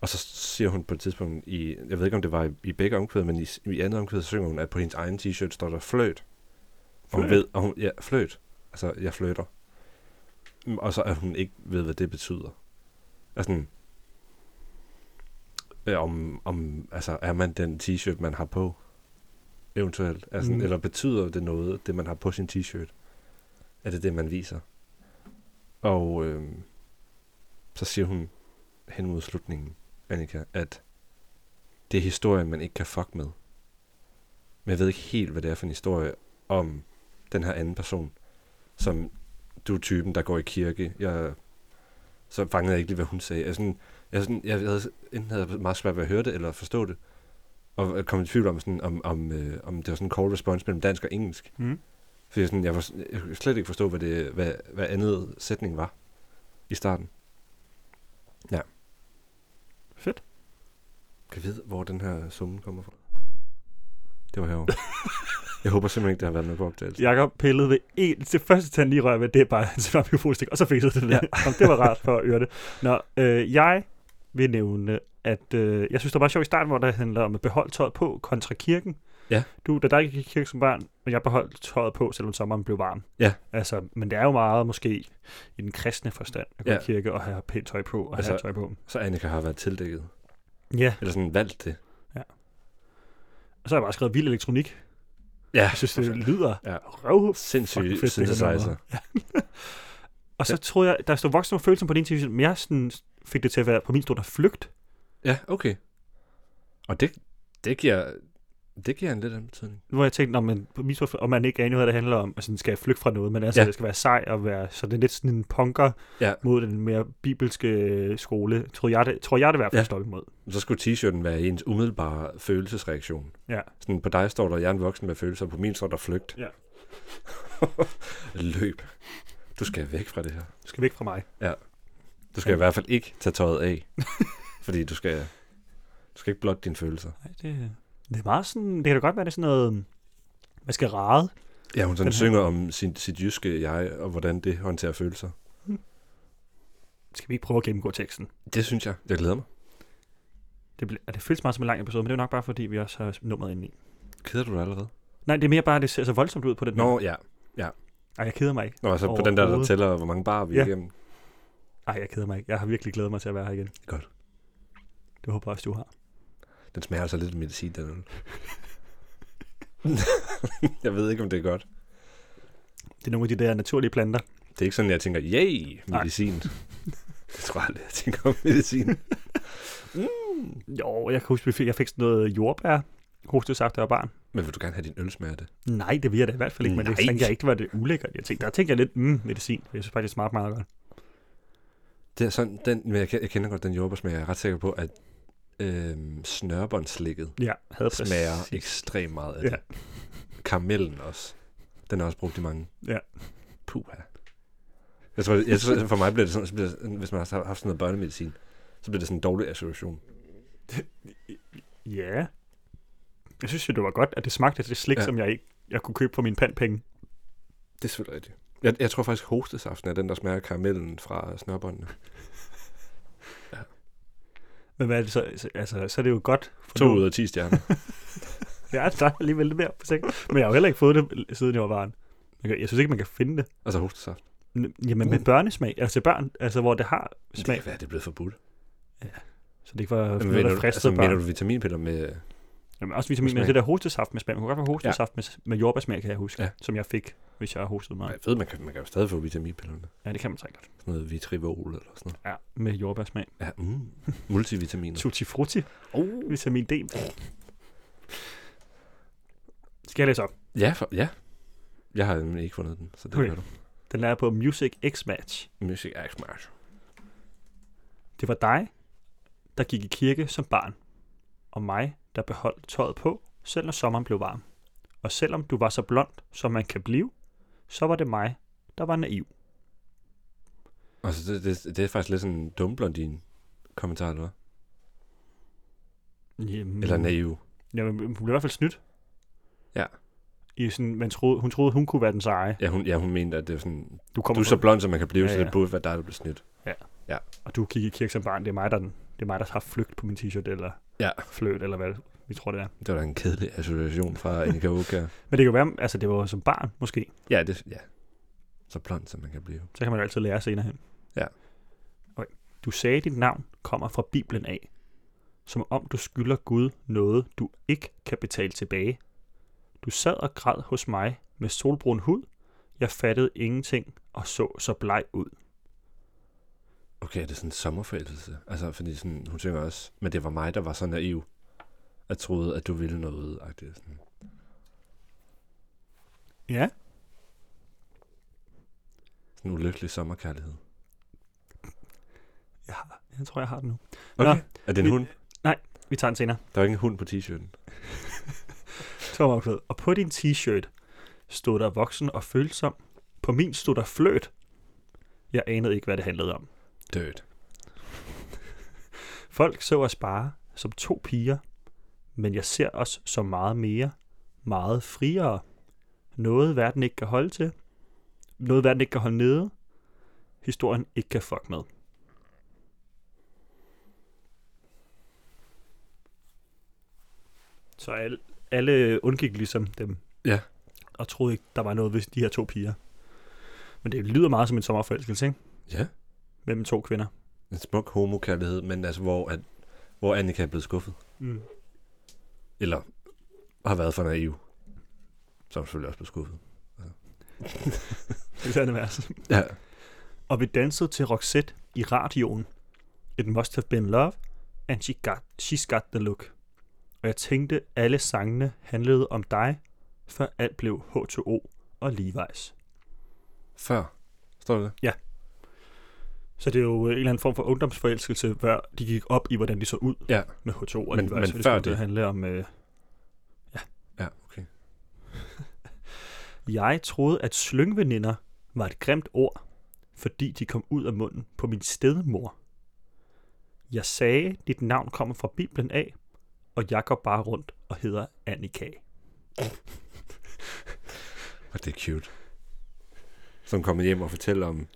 Speaker 1: Ja.
Speaker 2: siger hun på et tidspunkt i, jeg ved ikke om det var i, i begge omkvæd, men i, s- i andet omkvæd, så synger hun, at på hendes egen t-shirt står der fløjt. Og hun
Speaker 1: Fløjt?
Speaker 2: ved, og hun, ja, fløjt. Altså, jeg fløjter. Mm, Og så at hun ikke ved, hvad det betyder. Altså, sådan, øh, om, om, altså, er man den t-shirt, man har på? Eventuelt. Altså,
Speaker 1: Mm.
Speaker 2: mm. Eller betyder det noget, det man har på sin t-shirt? Er det det, man viser? Og øh, så siger hun hen mod slutningen, Annika, at det er historien, man ikke kan fuck med. Men jeg ved ikke helt, hvad det er for en historie om den her anden person, som du er typen, der går i kirke. Jeg, så fangede jeg ikke lige, hvad hun sagde. Jeg, er sådan, jeg, er sådan, jeg havde, enten havde jeg meget svært ved at høre det, eller forstå det. Og jeg kom i tvivl om, sådan, om, om, øh, om det var sådan en call response mellem dansk og engelsk.
Speaker 1: Mm.
Speaker 2: Fordi sådan, jeg, var, jeg kunne slet ikke forstå, hvad, det, hvad, hvad andet sætning var i starten.
Speaker 1: Fedt.
Speaker 2: Kan jeg vide, hvor den her summe kommer fra? Det var herovre. jeg håber simpelthen ikke, det har været med på opdagelsen.
Speaker 1: Jakob pillede ved en, det første tand lige rør ved, det er bare hans mikrofonstik, og så fæsede det ned. Ja. det var rart for at øre det. Nå, øh, jeg vil nævne, at øh, jeg synes, det var meget sjovt i starten, hvor det handler om at beholde tøjet på kontra kirken.
Speaker 2: Ja.
Speaker 1: Du, da der ikke gik i kirke som barn, men jeg beholdt tøjet på, selvom sommeren blev varm.
Speaker 2: Ja.
Speaker 1: Altså, men det er jo meget måske i den kristne forstand at gå ja.
Speaker 2: Ja.
Speaker 1: i kirke og have pænt tøj på og altså,
Speaker 2: Altså-
Speaker 1: have tøj på.
Speaker 2: Så Annika har været tildækket.
Speaker 1: Ja.
Speaker 2: Eller sådan valgt det.
Speaker 1: Og så har jeg bare skrevet vild elektronik.
Speaker 2: Ja,
Speaker 1: Jeg synes, det lyder
Speaker 2: Altså, Ja.
Speaker 1: ja. røv Fucking fedt,
Speaker 2: Sindssyg
Speaker 1: det
Speaker 2: synthesizer.
Speaker 1: her Og så troede jeg, der stod voksen og følelsen på din tv, men jeg sådan fik det til at være, på min stod der flygt.
Speaker 2: Ja, okay. Og det, det giver... Det giver en lidt anden betydning.
Speaker 1: Nu har jeg tænkt, om man, på min stod, om man ikke aner, hvad det handler om, og sådan skal jeg flygte fra noget, men altså,
Speaker 2: Ja.
Speaker 1: ja. det skal være sej og være, så det er lidt sådan en punker
Speaker 2: Ja.
Speaker 1: ja. mod den mere bibelske øh, skole, tror jeg det, tror jeg det i hvert fald
Speaker 2: Ja.
Speaker 1: ja. står imod.
Speaker 2: Så skulle t-shirten være ens umiddelbare følelsesreaktion.
Speaker 1: Ja.
Speaker 2: Sådan, på dig står der, jeg er en voksen med følelser, på min står der flygt.
Speaker 1: Ja.
Speaker 2: Løb. Du skal væk fra det her.
Speaker 1: Du skal væk fra mig.
Speaker 2: Du skal i hvert fald ikke tage tøjet af, fordi du skal, du skal ikke blotte dine følelser.
Speaker 1: Nej, det, det er meget sådan, det kan da godt være, det er sådan noget, øh, man skal rade.
Speaker 2: Ja, hun sådan
Speaker 1: Den her-
Speaker 2: synger om sin, sit jyske jeg, og hvordan det håndterer følelser.
Speaker 1: Skal vi ikke prøve at gennemgå teksten?
Speaker 2: Det synes jeg. Jeg glæder mig.
Speaker 1: Det, bliver, det føles meget som en lang episode, men det er jo nok bare, fordi vi også har nummeret ind i.
Speaker 2: Keder du dig allerede?
Speaker 1: Nej, det er mere bare, at det ser så voldsomt ud på den her.
Speaker 2: Nå, ja.
Speaker 1: Ej, jeg keder mig ikke.
Speaker 2: Nå, altså på den der, der
Speaker 1: Overhovedet.
Speaker 2: tæller, hvor mange bar vi er
Speaker 1: Ja.
Speaker 2: igennem.
Speaker 1: Ej, jeg keder mig ikke. Jeg har virkelig glædet mig til at være her igen.
Speaker 2: Godt.
Speaker 1: Det håber jeg også, du har.
Speaker 2: Den smager altså lidt af medicin, den øl. jeg ved ikke, om det er godt.
Speaker 1: Det er nogle af de der naturlige planter.
Speaker 2: Det er ikke sådan, jeg tænker, yay,
Speaker 1: Nej.
Speaker 2: medicin. det tror jeg aldrig, jeg tænker om medicin.
Speaker 1: Hmm. Jo, jeg kan huske, vi fik- jeg fik sådan noget jordbær, hostesaft, da jeg var barn.
Speaker 2: Men vil du gerne have din ølsmerte?
Speaker 1: Nej, det vil jeg da i hvert fald ikke, men det
Speaker 2: Nej.
Speaker 1: tænkte jeg ikke, var det ulækkert. Jeg tænkte, der tænkte jeg lidt, mm, medicin. Jeg synes faktisk, det smagte meget godt.
Speaker 2: Det er sådan, den, men jeg, ke- jeg kender godt den jordbærsmag, jeg er ret sikker på, at øhm, snørbåndslikket
Speaker 1: Ja, havde præcis-
Speaker 2: smager ekstremt meget af det.
Speaker 1: Ja.
Speaker 2: Karamellen også. Den er også brugt i mange.
Speaker 1: Ja.
Speaker 2: Puha. Jeg tror, jeg tror, for mig bliver det sådan, så bliver det, sådan, hvis man har haft sådan noget børnemedicin, så bliver det sådan en dårlig association.
Speaker 1: Ja. Jeg synes jo, det var godt, at det smagte af det slik,
Speaker 2: Ja.
Speaker 1: ja. som jeg ikke jeg kunne købe for mine pandpenge.
Speaker 2: Det er selvfølgelig rigtigt. Jeg, jeg tror faktisk, hostesaften er den, der smager karamellen fra snørbåndene.
Speaker 1: Men hvad er det så? Altså, så er det jo godt. For
Speaker 2: To
Speaker 1: nu-
Speaker 2: ud af 10 stjerner.
Speaker 1: Ja, der er alligevel lidt mere på sigt. Men jeg har jo heller ikke fået det, øh, siden jeg var barn. Man kan- Jeg synes ikke, man kan finde det.
Speaker 2: altså hostesaft.
Speaker 1: N- Jamen med
Speaker 2: Uh.
Speaker 1: børnesmag, altså børn, altså hvor det har
Speaker 2: Det
Speaker 1: smag,
Speaker 2: kan være, det er blevet forbudt.
Speaker 1: så det ikke var
Speaker 2: Men
Speaker 1: noget,
Speaker 2: mener
Speaker 1: der
Speaker 2: du,
Speaker 1: fristede
Speaker 2: altså,
Speaker 1: børn.
Speaker 2: mener du vitaminpiller med...
Speaker 1: Jamen, også vitamin,
Speaker 2: med
Speaker 1: men
Speaker 2: smag?
Speaker 1: det der hostesaft med smag, man kunne godt få hostesaft med, med jordbærsmag, kan jeg huske,
Speaker 2: Ja.
Speaker 1: ja. som jeg fik, hvis jeg hostede
Speaker 2: Nej,
Speaker 1: meget.
Speaker 2: jeg ved, man kan, man kan jo stadig få vitaminpillerne.
Speaker 1: Ja, det kan man sikkert godt.
Speaker 2: Sådan noget vitrivol eller sådan noget.
Speaker 1: Ja, med jordbærsmag.
Speaker 2: Ja, mm. multivitaminer.
Speaker 1: Tutti frutti,
Speaker 2: Oh.
Speaker 1: vitamin D. Skal jeg læse op?
Speaker 2: Ja, for, ja. Jeg har nemlig ikke fundet den, så det
Speaker 1: Okay.
Speaker 2: gør du.
Speaker 1: Den er på Music X Match.
Speaker 2: Music er smart.
Speaker 1: Det var dig, der gik i kirke som barn, og mig, der beholdt tøjet på, selv når sommeren blev varm. Og selvom du var så blond, som man kan blive, så var det mig, der var naiv.
Speaker 2: Altså, det, det, det er faktisk lidt sådan en dum blondine kommentar, eller
Speaker 1: Mm.
Speaker 2: hvad?
Speaker 1: Jamen,
Speaker 2: Mm. Eller naiv.
Speaker 1: Ja, men hun blev i hvert fald snydt.
Speaker 2: Ja.
Speaker 1: I sådan, man troede, hun troede, hun kunne være den seje.
Speaker 2: Ja, hun, ja, hun mente, at det er sådan,
Speaker 1: Du
Speaker 2: du
Speaker 1: kommer
Speaker 2: er så
Speaker 1: på-
Speaker 2: blond, som man kan blive, ja,
Speaker 1: Ja,
Speaker 2: ja. så det
Speaker 1: ja.
Speaker 2: burde være dig, der bliver snydt.
Speaker 1: og du gik i kirke som barn, det er mig, der er den. det er mig, der har flygt på min t-shirt, eller
Speaker 2: Ja.
Speaker 1: fløt, eller hvad vi tror, det er.
Speaker 2: Det var da en kedelig association fra Annika Åkær.
Speaker 1: Men det kan jo være, altså det var jo som barn, måske.
Speaker 2: ja, det, ja. Så blond, som man kan blive.
Speaker 1: Så kan man jo altid lære senere hen.
Speaker 2: Ja.
Speaker 1: Okay. Du sagde, dit navn kommer fra Bibelen af. Som om du skylder Gud noget, du ikke kan betale tilbage. Du sad og græd hos mig med solbrun hud. Jeg fattede ingenting og så så bleg ud.
Speaker 2: Okay, er det sådan en sommerforelskelse? Altså, fordi sådan, hun synger også, men det var mig, der var så naiv, at troede, at du ville noget. -agtigt. Sådan.
Speaker 1: Ja.
Speaker 2: sådan en ulykkelig sommerkærlighed.
Speaker 1: Jeg, har, jeg tror, jeg har den nu.
Speaker 2: Okay.
Speaker 1: Nå.
Speaker 2: er det en
Speaker 1: Vi-
Speaker 2: hund?
Speaker 1: Vi tager den senere.
Speaker 2: Der er ikke en hund på t-shirten.
Speaker 1: Tommerklæde. Og på din t-shirt stod der voksen og følsom. På min stod der fløt. Jeg anede ikke, hvad det handlede om.
Speaker 2: Dødt.
Speaker 1: Folk så os bare som to piger, men jeg ser os som meget mere, meget friere. Noget verden ikke kan holde til. Noget verden ikke kan holde nede. Historien ikke kan fuck med. Så alle, alle undgik ligesom dem.
Speaker 2: Ja.
Speaker 1: Og troede ikke, der var noget ved de her to piger. Men det lyder meget som en sommerforelskelse, ikke?
Speaker 2: Ja,
Speaker 1: Mellem to kvinder.
Speaker 2: en smuk homokærlighed, men altså, hvor, at, hvor Annika er blevet skuffet.
Speaker 1: Mm.
Speaker 2: Eller har været for naiv. Så er hun selvfølgelig også blevet skuffet.
Speaker 1: Det er det værste.
Speaker 2: Ja.
Speaker 1: og vi dansede til Roxette i radioen. It must have been love, and she got, she's got the look. Og jeg tænkte, alle sangene handlede om dig, før alt blev H2O og Levi's.
Speaker 2: Før. Står det?
Speaker 1: Så det er jo en eller anden form for ungdomsforelskelse, før de gik op i, hvordan de så ud
Speaker 2: Ja.
Speaker 1: med H2O og
Speaker 2: Men-
Speaker 1: Levi's.
Speaker 2: men
Speaker 1: for
Speaker 2: før
Speaker 1: skulle
Speaker 2: det-
Speaker 1: handle om, øh,
Speaker 2: Ja, okay.
Speaker 1: jeg troede, at slyngveninder var et grimt ord, fordi de kom ud af munden på min stedmor. Jeg sagde, dit navn kommer fra Bibelen af, og jeg går bare rundt og hedder Annika.
Speaker 2: Og det er cute. Som kommer hjem og fortæller om,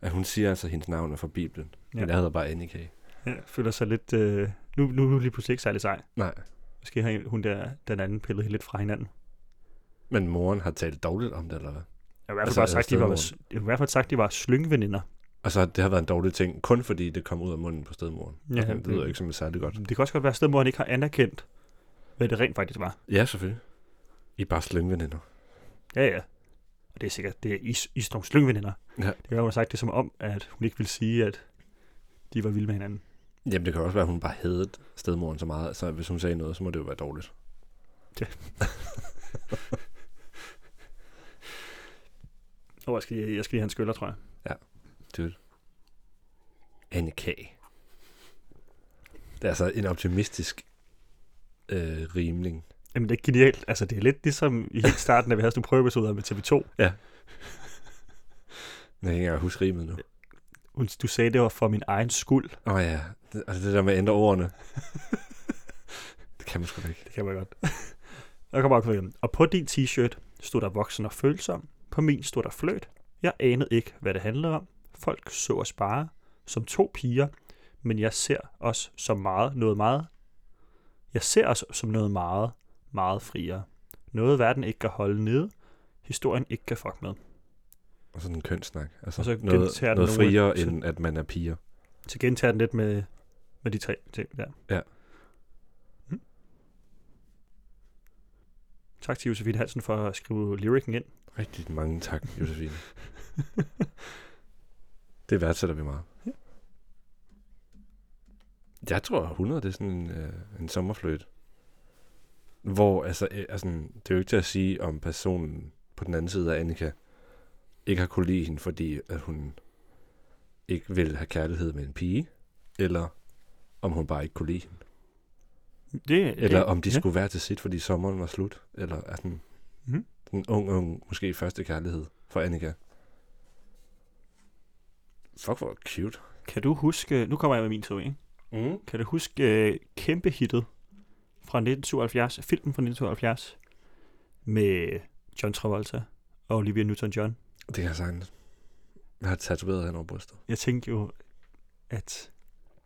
Speaker 2: at hun siger altså, at hendes navn er fra Bibelen. Ja.
Speaker 1: Ja.
Speaker 2: Men jeg hedder bare Annika.
Speaker 1: Jeg føler sig lidt... Øh, nu, nu er hun lige pludselig ikke særlig sej.
Speaker 2: Nej.
Speaker 1: Måske har hun der, den anden pillet lidt fra hinanden.
Speaker 2: Men moren har talt dårligt om det, eller hvad?
Speaker 1: Jeg har i hvert fald
Speaker 2: Altså,
Speaker 1: bare sagt, de var,
Speaker 2: stedmoren.
Speaker 1: jeg har i hvert fald sagt, de var slyngveninder.
Speaker 2: Og så har- det har været en dårlig ting, kun fordi det kom ud af munden på stedmoren.
Speaker 1: Ja,
Speaker 2: Ja, Mm. okay, det
Speaker 1: det-
Speaker 2: lyder ikke som et særligt godt.
Speaker 1: Det kan også godt være, at stedmoren ikke har anerkendt, hvad det rent faktisk var.
Speaker 2: Ja, selvfølgelig. I er bare slyngveninder.
Speaker 1: Ja, ja. Og det er sikkert, det er is, is nogle slyngveninder.
Speaker 2: Ja.
Speaker 1: Det kan være, hun har sagt det som om, at hun ikke ville sige, at de var vilde med hinanden.
Speaker 2: Jamen, det kan også være, at hun bare hedede stedmoren så meget, så hvis hun sagde noget, så må det jo være dårligt.
Speaker 1: Åh, jeg skal, lige- jeg skal lige have en skyller, tror jeg.
Speaker 2: Annika. Det er altså en optimistisk øh, rimling.
Speaker 1: Jamen, det er genialt. Altså, det er lidt ligesom i helt starten, da vi havde sådan nogle prøveepisoder med TV2.
Speaker 2: Jeg kan ikke engang huske rimet nu.
Speaker 1: Hun, du sagde, det var for min egen skyld.
Speaker 2: Åh oh, ja, det, altså det der med at ændre ordene. det kan man sgu da ikke.
Speaker 1: Det kan man godt. Jeg kommer også hjem. Og på din t-shirt stod der voksen og følsom. På min stod der fløt. Jeg anede ikke, hvad det handlede om. Folk så os bare som to piger, men jeg ser os som meget, noget meget. Jeg ser os som noget meget, meget friere. Noget verden ikke kan holde nede, historien ikke kan fuck med.
Speaker 2: Og sådan en kønssnak. Altså
Speaker 1: Og så
Speaker 2: noget,
Speaker 1: gentager den
Speaker 2: noget
Speaker 1: nogle-
Speaker 2: friere, end at man er piger.
Speaker 1: Så gentager den lidt med, med de tre ting der.
Speaker 2: Ja.
Speaker 1: Mm. Tak til Josefine Hansen for at skrive lyricen ind.
Speaker 2: Rigtig mange tak, Josefine. det værdsætter vi meget.
Speaker 1: Ja.
Speaker 2: Jeg tror, 100 det er sådan en, øh, en sommerfløjt. Hvor, altså, øh, altså, det er jo ikke til at sige, om personen på den anden side af Annika ikke har kunne lide hende, fordi at hun ikke vil have kærlighed med en pige, eller om hun bare ikke kunne lide hende.
Speaker 1: Det, øh,
Speaker 2: Eller om de
Speaker 1: ja.
Speaker 2: skulle være til sit, fordi sommeren var slut. Eller er den,
Speaker 1: Mhm.
Speaker 2: mm. den ung, ung, måske første kærlighed for Annika. Fuck, hvor cute.
Speaker 1: Kan du huske, nu kommer jeg med min teori, ikke?
Speaker 2: Mm.
Speaker 1: kan du huske øh, kæmpe hittet fra 1972, filmen fra 1972, med John Travolta og Olivia Newton-John?
Speaker 2: Det kan jeg sagtens. Jeg har tatoveret hen over brystet.
Speaker 1: Jeg tænkte jo, at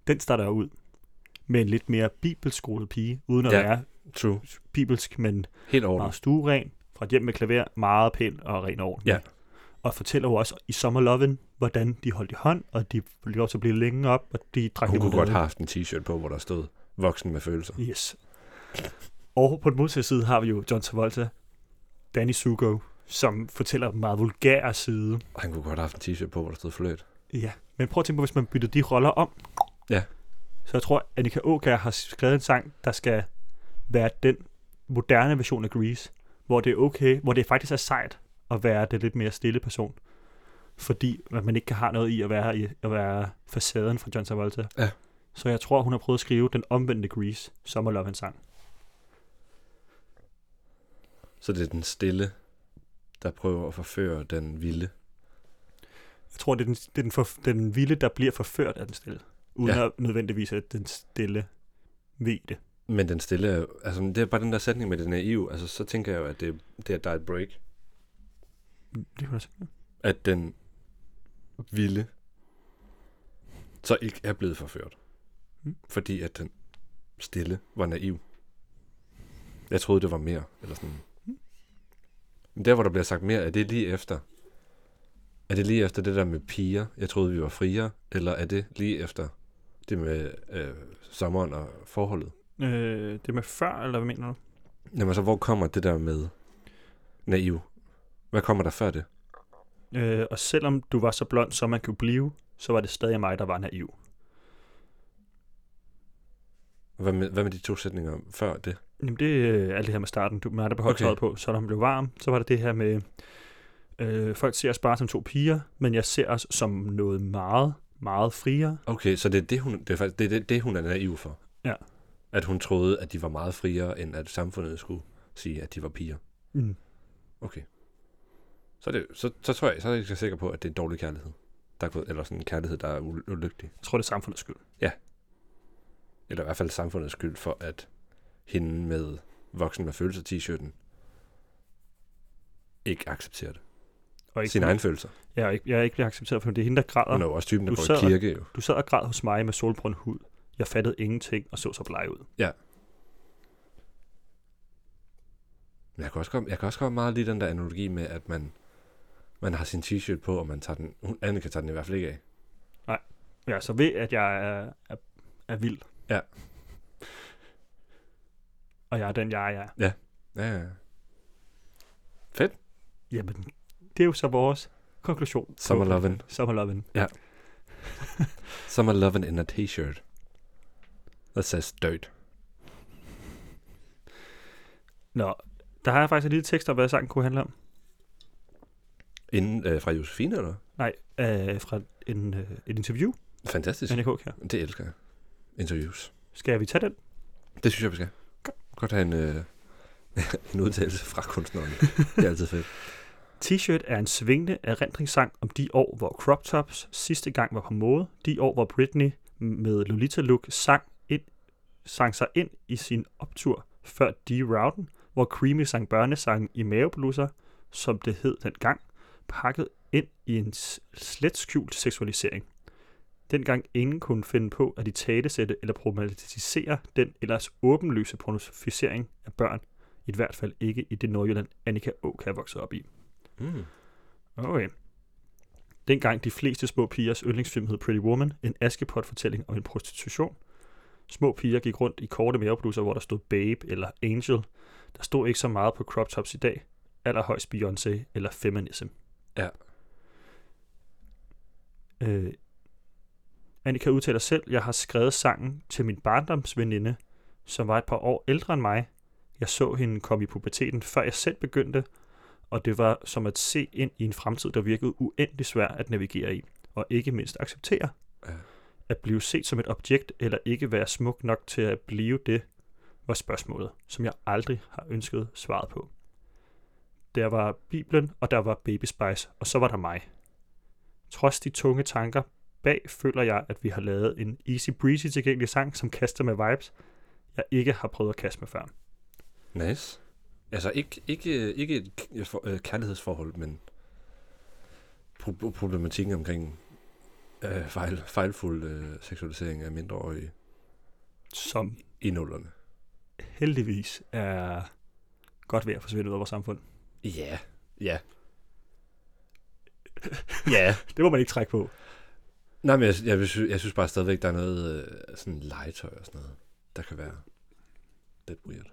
Speaker 1: den starter jo ud med en lidt mere bibelskolet pige, uden at
Speaker 2: Ja.
Speaker 1: ja. være
Speaker 2: True.
Speaker 1: bibelsk, men
Speaker 2: Helt
Speaker 1: meget
Speaker 2: ordentligt.
Speaker 1: stueren, fra et hjem med klaver, meget pæn og ren og ordentlig.
Speaker 2: Ja.
Speaker 1: Og fortæller jo også i Sommerloven, hvordan de holdt i hånd, og de blev lov til at blive længe op, og de drak
Speaker 2: Hun kunne
Speaker 1: limonade.
Speaker 2: godt have haft en t-shirt på, hvor der stod voksen med følelser.
Speaker 1: Yes. Og på den modsatte side har vi jo John Travolta, Danny Sugo, som fortæller den meget vulgære side.
Speaker 2: Og han kunne godt have haft en t-shirt på, hvor der stod fløjt.
Speaker 1: Ja, men prøv at tænke på, hvis man bytter de roller om.
Speaker 2: Ja.
Speaker 1: Så jeg tror, Annika Åkær har skrevet en sang, der skal være den moderne version af Grease, hvor det er okay, hvor det faktisk er sejt at være den lidt mere stille person. Fordi at man ikke kan have noget i at være, i, at være facaden fra John Travolta.
Speaker 2: Ja.
Speaker 1: Så jeg tror, hun har prøvet at skrive den omvendte Grease, som Love en sang.
Speaker 2: Så det er den stille, der prøver at forføre den vilde.
Speaker 1: Jeg tror, det er den, det er den, for, den vilde, der bliver forført af den stille. Uden
Speaker 2: Ja.
Speaker 1: ja. at nødvendigvis at den stille ved det.
Speaker 2: Men den stille, er jo- altså det er bare den der sætning med den naive, altså så tænker jeg jo, at det, det er, der er et break.
Speaker 1: Det kan jeg se.
Speaker 2: At den vilde så ikke er blevet forført.
Speaker 1: Mm.
Speaker 2: Fordi at den stille var naiv. Jeg troede, det var mere, eller sådan. Men der, hvor der bliver sagt mere, er det lige efter? Er det lige efter det der med piger, jeg troede, vi var friere? Eller er det lige efter det med øh, sommeren og forholdet?
Speaker 1: Øh, det med før, eller hvad mener du?
Speaker 2: Jamen så hvor kommer det der med naiv? Hvad kommer der før det?
Speaker 1: Øh, og selvom du var så blond, som man kunne blive, så var det stadig mig, der var naiv.
Speaker 2: Hvad med, hvad med de to sætninger før det?
Speaker 1: Jamen det er øh, alt det her med starten. Du mig, der beholdt okay.
Speaker 2: Okay.
Speaker 1: tøjet på, så når hun blev varm, så var det det her med, øh, folk ser os bare som to piger, men jeg ser os som noget meget, meget friere.
Speaker 2: Okay, så det er det, hun, det er faktisk, det, er det, det, hun er naiv for.
Speaker 1: Ja.
Speaker 2: At hun troede, at de var meget friere, end at samfundet skulle sige, at de var piger.
Speaker 1: Mm.
Speaker 2: Okay. Så, er det, så, så tror jeg, så er jeg ikke så sikker på, at det er dårlig kærlighed. Der er, gået- eller sådan en kærlighed, der er ul- ulykkelig.
Speaker 1: Jeg tror, det er samfundets skyld.
Speaker 2: Eller i hvert fald samfundets skyld for, at hende med voksen med følelser t-shirten ikke accepterer det.
Speaker 1: Og
Speaker 2: Sine egne følelser.
Speaker 1: Jeg, er ikke, jeg er ikke blevet accepteret, for det er hende, der græder.
Speaker 2: Hun er jo også typen, der
Speaker 1: Du
Speaker 2: går i
Speaker 1: sad-
Speaker 2: kirke jo.
Speaker 1: Du sad og græd hos mig med solbrun hud. Jeg fattede ingenting og så så bleg ud.
Speaker 2: Men jeg kan også godt, jeg kan også godt meget lide den der analogi med, at man, man har sin t-shirt på, og man tager den, hun, Annika tager den i hvert fald ikke af.
Speaker 1: Ja, så ved, at jeg er, er, er vild.
Speaker 2: Ja.
Speaker 1: Og jeg er den, jeg er.
Speaker 2: Ja, ja, ja.
Speaker 1: Jamen, det er jo så vores konklusion. på
Speaker 2: Sommerloven.
Speaker 1: Sommerloven.
Speaker 2: Sommerloven in a t-shirt. That says dirt.
Speaker 1: Nå, der har jeg faktisk en lille tekst om, hvad sangen kunne handle om.
Speaker 2: Inden øh, fra Josefine, eller?
Speaker 1: Nej, øh, fra en, øh, et interview
Speaker 2: Fantastisk.
Speaker 1: med NK her.
Speaker 2: Det elsker jeg. Interviews.
Speaker 1: Skal vi tage den?
Speaker 2: Det synes jeg, vi skal. Godt have en, øh, en udtalelse fra kunstneren. Det er altid fedt.
Speaker 1: T-shirt er en svingende erindringssang om de år, hvor crop tops sidste gang var på mode. De år, hvor Britney med Lolita Look sang, ind, sang sig ind i sin optur før D-Routen, hvor Creamy sang børnesangen i maveblusser, som det hed dengang, pakket ind i en s- slet skjult seksualisering. Dengang ingen kunne finde på at i talesætte eller problematisere den ellers åbenløse pornoficering af børn, i hvert fald ikke i det Nordjylland, Annika Åk er vokset op i.
Speaker 2: Mm.
Speaker 1: Okay. Dengang de fleste små pigers yndlingsfilm hed Pretty Woman, en askepot-fortælling om en prostitution. Små piger gik rundt i korte mavebluser, hvor der stod Babe eller Angel. Der stod ikke så meget på crop tops i dag. Allerhøjst Beyoncé eller Feminism.
Speaker 2: Ja.
Speaker 1: Øh, Annika udtaler selv, jeg har skrevet sangen til min barndomsveninde, som var et par år ældre end mig. Jeg så hende komme i puberteten, før jeg selv begyndte, og det var som at se ind i en fremtid, der virkede uendelig svær at navigere i, og ikke mindst acceptere.
Speaker 2: Ja.
Speaker 1: At blive set som et objekt, eller ikke være smuk nok til at blive det, var spørgsmålet, som jeg aldrig har ønsket svaret på. Der var Bibelen, og der var Baby Spice, og så var der mig. Trods de tunge tanker bag, føler jeg, at vi har lavet en easy breezy tilgængelig sang, som kaster med vibes, jeg ikke har prøvet at kaste med før.
Speaker 2: Nice. Altså ikke, ikke, ikke et k- øh, for- øh, kærlighedsforhold, men pro- problematikken omkring øh, fejl, fejlfuld øh, seksualisering af mindreårige.
Speaker 1: som
Speaker 2: i nullerne.
Speaker 1: heldigvis er godt ved at forsvinde ud af vores samfund.
Speaker 2: Ja, ja. ja.
Speaker 1: Det må man ikke trække på.
Speaker 2: Nej, men jeg, jeg, vil sy- jeg synes bare stadigvæk, der er noget øh, sådan legetøj og sådan noget, der kan være lidt weird.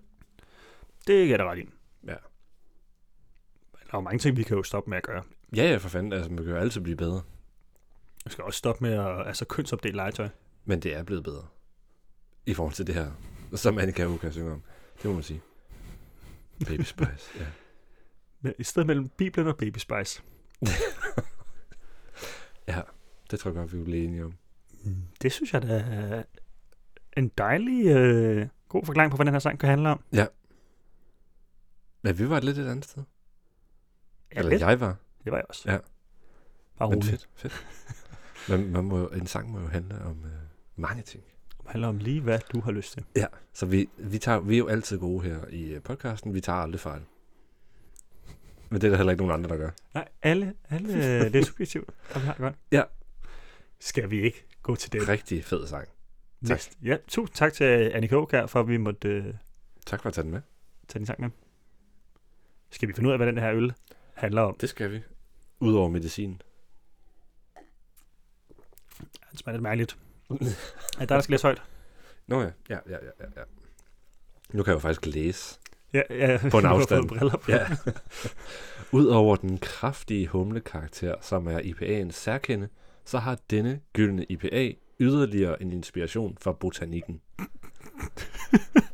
Speaker 1: Det kan jeg da ret i.
Speaker 2: Ja.
Speaker 1: Der er jo mange ting, vi kan jo stoppe med at gøre.
Speaker 2: Ja, ja, for fanden. Altså, man kan jo altid blive bedre.
Speaker 1: Vi skal også stoppe med at altså, kønsopdele legetøj.
Speaker 2: Men det er blevet bedre. I forhold til det her, som Annika jo kan synge om. Det må man sige. Baby Spice, ja.
Speaker 1: Men I stedet mellem Bibelen og Baby Spice.
Speaker 2: Det tror jeg godt, vi vil blive enige om.
Speaker 1: Det synes jeg da er en dejlig, øh, god forklaring på, hvad den her sang kan handle om.
Speaker 2: Men vi var lidt et andet sted.
Speaker 1: Ja,
Speaker 2: Eller
Speaker 1: lidt.
Speaker 2: jeg var.
Speaker 1: Det var jeg også.
Speaker 2: Ja.
Speaker 1: Bare
Speaker 2: Men
Speaker 1: roligt.
Speaker 2: fedt, fedt. Man, man må, jo- en sang må jo handle om øh, mange ting.
Speaker 1: Det handler om lige, hvad du har lyst til.
Speaker 2: Ja, så vi, vi, tager, vi er jo altid gode her i øh, podcasten. Vi tager aldrig fejl. Men det er der heller ikke nogen andre, der gør.
Speaker 1: Nej, alle, alle øh, det er subjektivt, og vi har det godt.
Speaker 2: Ja.
Speaker 1: Skal vi ikke gå til det
Speaker 2: Rigtig fed sang. tak.
Speaker 1: næste? Ja, tusind tak til Annika Aukær, for at vi måtte øh,
Speaker 2: Tak for at tage den med.
Speaker 1: tage din sang med. Skal vi finde ud af, hvad den her øl handler om?
Speaker 2: Det skal vi. Udover medicin.
Speaker 1: Det smager lidt mærkeligt. Er det dig, der skal læse højt?
Speaker 2: Nå ja, ja, ja, ja, ja, ja. Nu kan jeg jo faktisk læse.
Speaker 1: Ja, ja.
Speaker 2: På en
Speaker 1: du har
Speaker 2: afstand.
Speaker 1: fået briller på.
Speaker 2: Ja. Udover den kraftige humlekarakter, som er IPA'ens særkende, så har denne gyldne IPA yderligere en inspiration fra botanikken,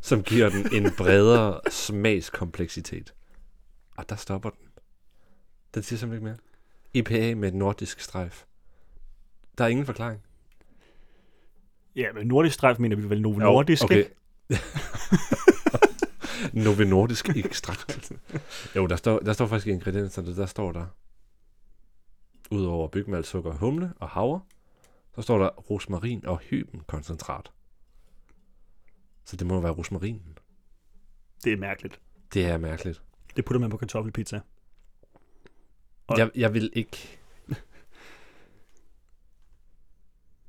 Speaker 2: som giver den en bredere smagskompleksitet. Og der stopper den. Den siger simpelthen ikke mere. IPA med et nordisk strejf. Der er ingen forklaring.
Speaker 1: ja, men nordisk strejf mener vi vel Novo Nordisk,
Speaker 2: okay.
Speaker 1: ikke?
Speaker 2: Novo Nordisk ekstrakt. Jo, der står, der står faktisk i ingredienserne, der står der, udover bygmalt, sukker, humle og havre, så står der rosmarin og hybenkoncentrat. Så det må jo være rosmarinen.
Speaker 1: Det er mærkeligt.
Speaker 2: Det er mærkeligt.
Speaker 1: Det putter man på kartoffelpizza. Og-
Speaker 2: Jeg, jeg vil ikke...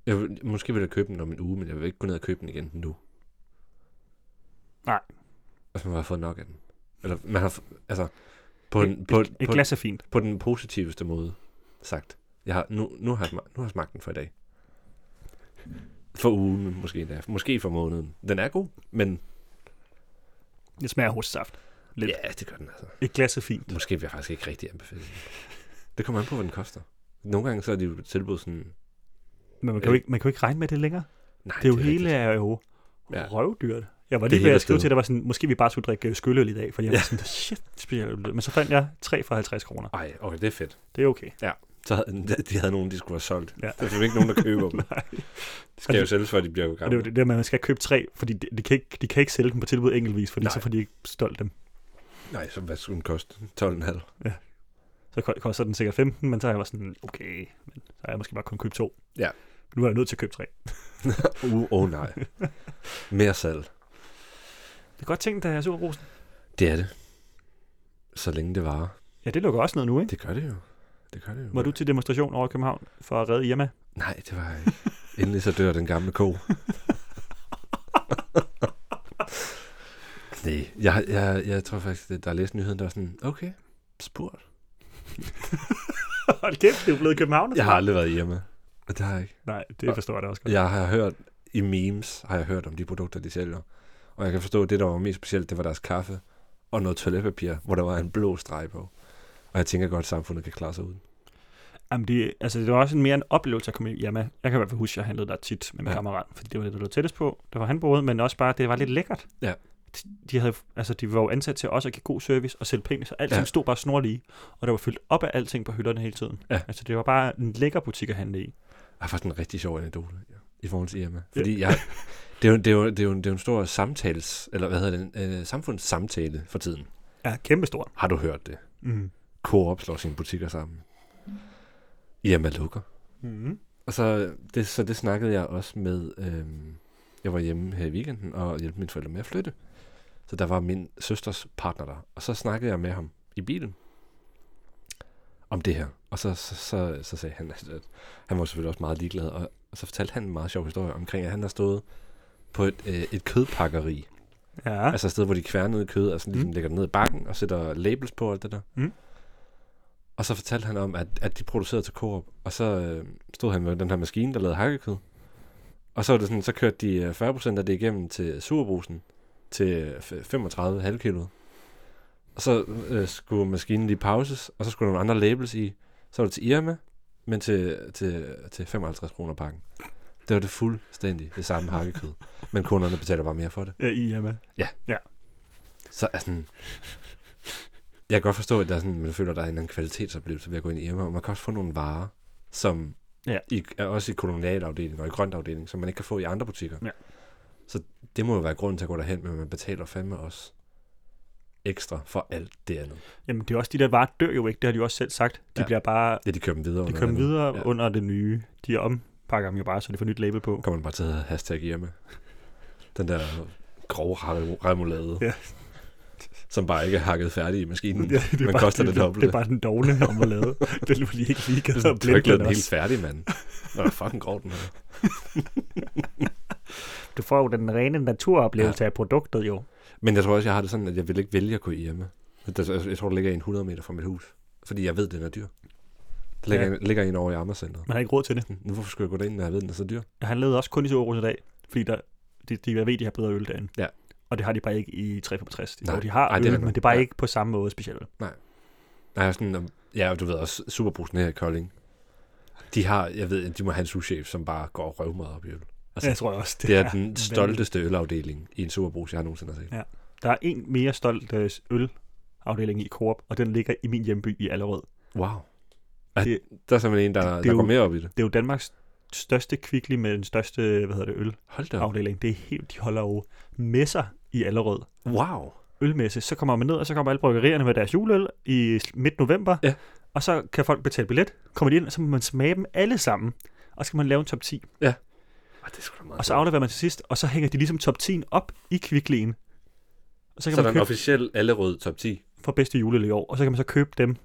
Speaker 2: Jeg vil, måske vil jeg købe den om en uge, men jeg vil ikke gå ned og købe den igen nu.
Speaker 1: Nej.
Speaker 2: Altså, man har fået nok af den. Eller, man har... f- Altså, på en,
Speaker 1: Et-
Speaker 2: på,
Speaker 1: Et
Speaker 2: på,
Speaker 1: glas er fint.
Speaker 2: på den positiveste måde sagt. Jeg har, nu, nu, har jeg, smag- nu har jeg smagt den for i dag. For ugen, måske endda. Måske for måneden. Den er god, men
Speaker 1: Det smager af hostesaft. Lidt.
Speaker 2: ja, det gør den altså.
Speaker 1: Et glas er fint.
Speaker 2: Måske vil jeg faktisk ikke rigtig anbefale den. Det kommer an på, hvad den koster. Nogle gange så er det jo tilbud sådan...
Speaker 1: Men man kan, jo
Speaker 2: Øh.
Speaker 1: ikke, man kan jo ikke regne med det længere.
Speaker 2: Nej,
Speaker 1: Det er jo hele er jo
Speaker 2: Ja.
Speaker 1: ja. røvdyrt. Jeg var
Speaker 2: Det er
Speaker 1: lige ved
Speaker 2: helt
Speaker 1: at skrive
Speaker 2: afsted.
Speaker 1: til, at der var sådan, måske vi bare skulle drikke øh, skylløl i dag, fordi jeg
Speaker 2: Ja.
Speaker 1: ja. var sådan, shit, specielt. Men så fandt jeg 3 for 50 kroner.
Speaker 2: Ej, okay, det er fedt.
Speaker 1: Det er okay.
Speaker 2: Så havde, de havde nogen, de skulle have solgt.
Speaker 1: Ja.
Speaker 2: Ja. Der er ikke nogen, der køber dem.
Speaker 1: Nej.
Speaker 2: Det skal
Speaker 1: Og
Speaker 2: jo
Speaker 1: det-
Speaker 2: sælges, før de bliver jo
Speaker 1: Og det er jo
Speaker 2: gamle.
Speaker 1: det der med, at man skal købe tre, fordi de, de, kan, ikke, de kan ikke sælge dem på tilbud enkeltvis, fordi Nej.
Speaker 2: Nej.
Speaker 1: så får de ikke stolt dem.
Speaker 2: Nej, så hvad skulle den koste? 12,5.
Speaker 1: Så ko- koster den sikkert 15, men så er jeg bare sådan, okay, men så har jeg måske bare kun købt to.
Speaker 2: Ja.
Speaker 1: Nu er jeg nødt til at købe tre.
Speaker 2: Uh, oh nej. Mere salg.
Speaker 1: Det er godt tænkt, der er superbrusen.
Speaker 2: Det er det. Så længe det varer.
Speaker 1: Ja, det lukker også ned nu, ikke?
Speaker 2: Det gør det jo. Det gør det jo.
Speaker 1: Var du til demonstration over i København for at redde Irma?
Speaker 2: Nej, det var jeg ikke. Endelig så dør den gamle ko. Nej, jeg, jeg, jeg tror faktisk, at der læste nyheden, der var sådan, okay, spurgt.
Speaker 1: Hold kæft, det er jo blevet København.
Speaker 2: Jeg har aldrig været hjemme. Og det har jeg ikke.
Speaker 1: Nej, det forstår jeg da også godt.
Speaker 2: Jeg har hørt i memes, har jeg hørt om de produkter, de sælger. Og jeg kan forstå, at det, der var mest specielt, det var deres kaffe og noget toiletpapir, hvor der var en blå streg på. Og jeg tænker godt, at samfundet kan klare sig uden.
Speaker 1: Jamen det, altså det var også en mere en oplevelse at komme hjem med. Jeg kan i hvert fald huske, at jeg handlede der tit med min
Speaker 2: Ja.
Speaker 1: ja. kammerat, fordi det var det, der lå tættest på. Der var han boede, men også bare, det var lidt lækkert.
Speaker 2: Ja.
Speaker 1: De, de, havde, altså, de var jo ansat til også at give god service og sælge penge, så alting
Speaker 2: Ja.
Speaker 1: ja. stod bare snorlige, og der var fyldt op af alting på hylderne hele tiden.
Speaker 2: Ja.
Speaker 1: Altså det var bare en lækker butik at handle i.
Speaker 2: Jeg har faktisk en rigtig sjov anekdote ja, i forhold til Irma. Fordi jeg, det, er jo, det, er jo, det, er jo, det er jo en stor samtales, eller hvad hedder det, øh, samfundssamtale for tiden.
Speaker 1: Ja, kæmpestor.
Speaker 2: Har du hørt det?
Speaker 1: Mm.
Speaker 2: Coop slår sine butikker sammen. Irma lukker.
Speaker 1: Mm.
Speaker 2: Og så det, så det snakkede jeg også med, øh, jeg var hjemme her i weekenden og hjalp mine forældre med at flytte. Så der var min søsters partner der. Og så snakkede jeg med ham i bilen om det her. Og så, så, så, så sagde han, at, at han var selvfølgelig også meget ligeglad. Og, og så fortalte han en meget sjov historie omkring, at han har stået på et, øh, et kødpakkeri.
Speaker 1: Ja.
Speaker 2: Altså et sted, hvor de kværnede kød og sådan ligesom
Speaker 1: Mm.
Speaker 2: mm. lægger det ned i bakken og sætter labels på og alt det der.
Speaker 1: Mm.
Speaker 2: Og så fortalte han om, at, at de producerede til Coop, og så øh, stod han med den her maskine, der lavede hakkekød. Og så, var det sådan, så kørte de øh, 40% af det igennem til superbrusen, til øh, f- 35 halvkilo. Og så øh, skulle maskinen lige pauses, og så skulle der nogle andre labels i. Så var det til Irma, men til, til, til 55 kroner pakken. Det var det fuldstændig det samme hakkekød. Men kunderne betaler bare mere for det.
Speaker 1: Ja, I er med.
Speaker 2: Så er sådan... Jeg kan godt forstå, at der er sådan, man føler, at der er en eller anden kvalitetsoplevelse ved at gå ind i Irma, og man kan også få nogle varer, som
Speaker 1: Ja.
Speaker 2: ja. i, er også i kolonialafdelingen og i grøntafdelingen, som man ikke kan få i andre butikker.
Speaker 1: Ja.
Speaker 2: Så det må jo være grunden til at gå derhen, men man betaler fandme også ekstra for alt det andet.
Speaker 1: Jamen, det er også de der varer dør jo ikke, det har de jo også selv sagt. De ja.
Speaker 2: Ja.
Speaker 1: bliver bare,
Speaker 2: Ja, de kører dem videre.
Speaker 1: de
Speaker 2: under
Speaker 1: kører dem
Speaker 2: andet.
Speaker 1: videre ja.
Speaker 2: Ja.
Speaker 1: under det nye. De ompakker dem jo bare, så de får nyt label på.
Speaker 2: Kommer man bare til at hedde hashtag Irma. Den der grove ram- remoulade.
Speaker 1: Ja.
Speaker 2: Som bare ikke er hakket færdig i maskinen.
Speaker 1: Ja, det
Speaker 2: Men koster det
Speaker 1: Det
Speaker 2: dobbelte?
Speaker 1: er bare den dogne om at lave. Den var de ikke lige
Speaker 2: Det er
Speaker 1: gad
Speaker 2: sådan,
Speaker 1: at
Speaker 2: du har ikke
Speaker 1: blinde
Speaker 2: lavet
Speaker 1: den
Speaker 2: den helt
Speaker 1: også.
Speaker 2: færdig, mand. Nå, fucking grov den her.
Speaker 1: Du får jo den rene naturoplevelse ja. af produktet jo.
Speaker 2: Men jeg tror også, jeg har det sådan, at jeg vil ikke vælge at gå i Irma. Der- Jeg tror, det ligger en 100 meter fra mit hus. Fordi jeg ved, den er dyr. Der ligger,
Speaker 1: Ja.
Speaker 2: ja. en, ligger en over i Amagercenteret.
Speaker 1: Man har ikke råd til det.
Speaker 2: Nu hvorfor skulle jeg gå derind, når jeg ved, den er så dyr?
Speaker 1: Han levede også kun i Soros i dag, fordi der, de, de, jeg ved, de har bedre øl derinde.
Speaker 2: Ja.
Speaker 1: Og det har de bare ikke i 365. De,
Speaker 2: Nej.
Speaker 1: jo, de har
Speaker 2: Ej,
Speaker 1: øl,
Speaker 2: det er
Speaker 1: det
Speaker 2: rigtigt.
Speaker 1: men det er bare
Speaker 2: Ja.
Speaker 1: ikke på samme måde specielt.
Speaker 2: Nej, jeg er sådan, om- ja, du ved også, Superbrugsen her i Kolding. De har, jeg ved, de må have en souschef, som bare går og røvmad op i øl. Altså,
Speaker 1: jeg tror også, det,
Speaker 2: Det er
Speaker 1: er
Speaker 2: den stolteste ølafdeling i en superbrus, jeg har nogensinde set.
Speaker 1: Ja. Der er en mere stolt øh, ølafdeling i Coop, og den ligger i min hjemby i Allerød.
Speaker 2: Wow. At,
Speaker 1: Det-
Speaker 2: der er simpelthen en, der,
Speaker 1: det- det er
Speaker 2: der går
Speaker 1: jo-
Speaker 2: mere op i det.
Speaker 1: Det er jo Danmarks største kvickly med den største, hvad hedder det,
Speaker 2: Hold da op.
Speaker 1: ølafdeling. Det er helt, de holder jo messer i Allerød.
Speaker 2: Wow.
Speaker 1: Ølmesse. Så kommer man ned, og så kommer alle bryggerierne med deres juleøl i s- midt november.
Speaker 2: Ja.
Speaker 1: Og så kan folk betale billet. Kommer de ind, og så må man smage dem alle sammen. Og så skal man lave en top 10.
Speaker 2: Ej, det er sgu da meget
Speaker 1: Og så
Speaker 2: fedt.
Speaker 1: afleverer man til sidst, og så hænger de ligesom top 10'en op i kvicklæen. Og så kan så
Speaker 2: så der
Speaker 1: man
Speaker 2: er en
Speaker 1: købe offic-
Speaker 2: officiel allerød top 10.
Speaker 1: for bedste juleøl i år, og så kan man så købe dem.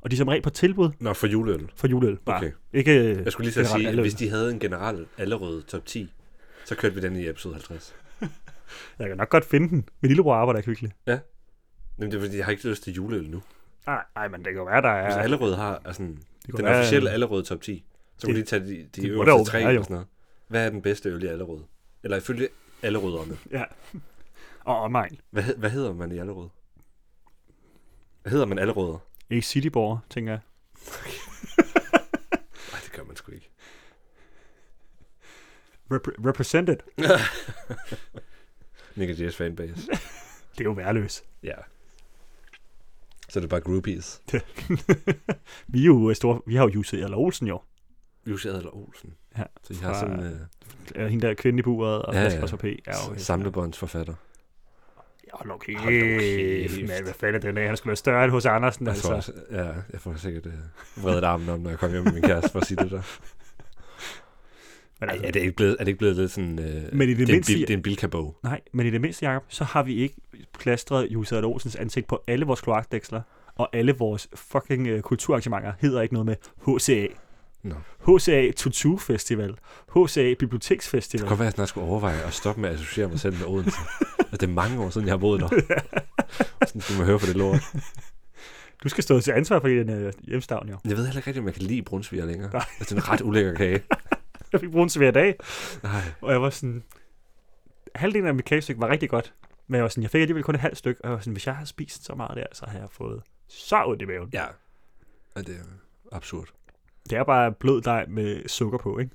Speaker 1: Og de er som regel på tilbud
Speaker 2: Nå, for juleøl.
Speaker 1: for juleøl. Bare.
Speaker 2: Okay.
Speaker 1: Ikke øh,
Speaker 2: Jeg skulle lige så
Speaker 1: generelt
Speaker 2: sige, at
Speaker 1: alle
Speaker 2: hvis
Speaker 1: øl.
Speaker 2: de havde en generel allerød top 10, så kørte vi den i episode 50.
Speaker 1: Jeg kan nok godt finde den. Min lillebror arbejder i kvickly.
Speaker 2: Jamen, det er fordi, jeg har ikke lyst til juleøl nu.
Speaker 1: Nej, nej, men det kan jo være, der er...
Speaker 2: Hvis allerød har altså, den
Speaker 1: det kan være, øh,
Speaker 2: officielle allerød top 10, så kunne de
Speaker 1: det-
Speaker 2: tage de, de
Speaker 1: det må der jo
Speaker 2: øverste tre
Speaker 1: være, jo.
Speaker 2: eller sådan noget. Hvad er den bedste øl i allerød? Eller ifølge allerødderne.
Speaker 1: Ja. Og omegn.
Speaker 2: Hvad, hed- hvad hedder man i allerød? Hvad hedder man allerødder?
Speaker 1: Ikke Cityborger, tænker jeg.
Speaker 2: Nej, det gør man sgu ikke.
Speaker 1: Repre- represented.
Speaker 2: Nick J's fanbase.
Speaker 1: Det er jo værløs.
Speaker 2: Ja. Så er det bare groupies.
Speaker 1: Vi, er jo øh, store, vi har jo Jussi Eller Olsen jo.
Speaker 2: Jussi Adler Olsen.
Speaker 1: Ja,
Speaker 2: Så I har
Speaker 1: fra-
Speaker 2: sådan en
Speaker 1: Øh, Hende der kvinde i buret og
Speaker 2: Ja,
Speaker 1: ja,
Speaker 2: ja.
Speaker 1: Flaskers P. Ja,
Speaker 2: øh,
Speaker 1: okay.
Speaker 2: samlebåndsforfatter.
Speaker 1: Ja, Hold nu kæft.
Speaker 2: Hold nu kæft.
Speaker 1: Men hvad fanden er den af? Han skulle være større end hos Andersen.
Speaker 2: Jeg tror
Speaker 1: Altså.
Speaker 2: også, ja, jeg får sikkert uh, vredet armen om, når jeg kommer hjem med min kæreste, for at sige det der.
Speaker 1: Men,
Speaker 2: Ej,
Speaker 1: altså,
Speaker 2: er, det ikke blevet, er det ikke blevet lidt sådan... Uh, Men
Speaker 1: i det
Speaker 2: det er en,
Speaker 1: mindste-
Speaker 2: bil, det er en bilkabog.
Speaker 1: Nej, men i det mindste, Jacob, så har vi ikke plastret Jussi Adler Olsens ansigt på alle vores kloakdæksler, og alle vores fucking øh, kulturarrangementer hedder ikke noget med HCA.
Speaker 2: Nå.
Speaker 1: HCA Tutu Festival, HCA
Speaker 2: Det
Speaker 1: Biblioteksfestival.
Speaker 2: kan godt være, at jeg snart skulle overveje at stoppe med at associere mig selv med Odense. Altså, det er mange år siden, jeg har boet der. Sådan skal man høre for det lort.
Speaker 1: Du skal stå til ansvar for din øh, hjemstavn, jo.
Speaker 2: Jeg ved heller ikke rigtig, om jeg kan lide brunsviger længere.
Speaker 1: Nej.
Speaker 2: Altså, det er en ret ulækker kage.
Speaker 1: Jeg fik brun svær dag,
Speaker 2: Nej.
Speaker 1: og jeg var sådan... Halvdelen af mit kagestykke var rigtig godt, men jeg var sådan, jeg fik alligevel kun et halvt stykke, og jeg var sådan, hvis jeg har spist så meget der, så har jeg fået så ondt i maven.
Speaker 2: Ja. Og det er absurd.
Speaker 1: Det er bare blød dej med sukker på, ikke?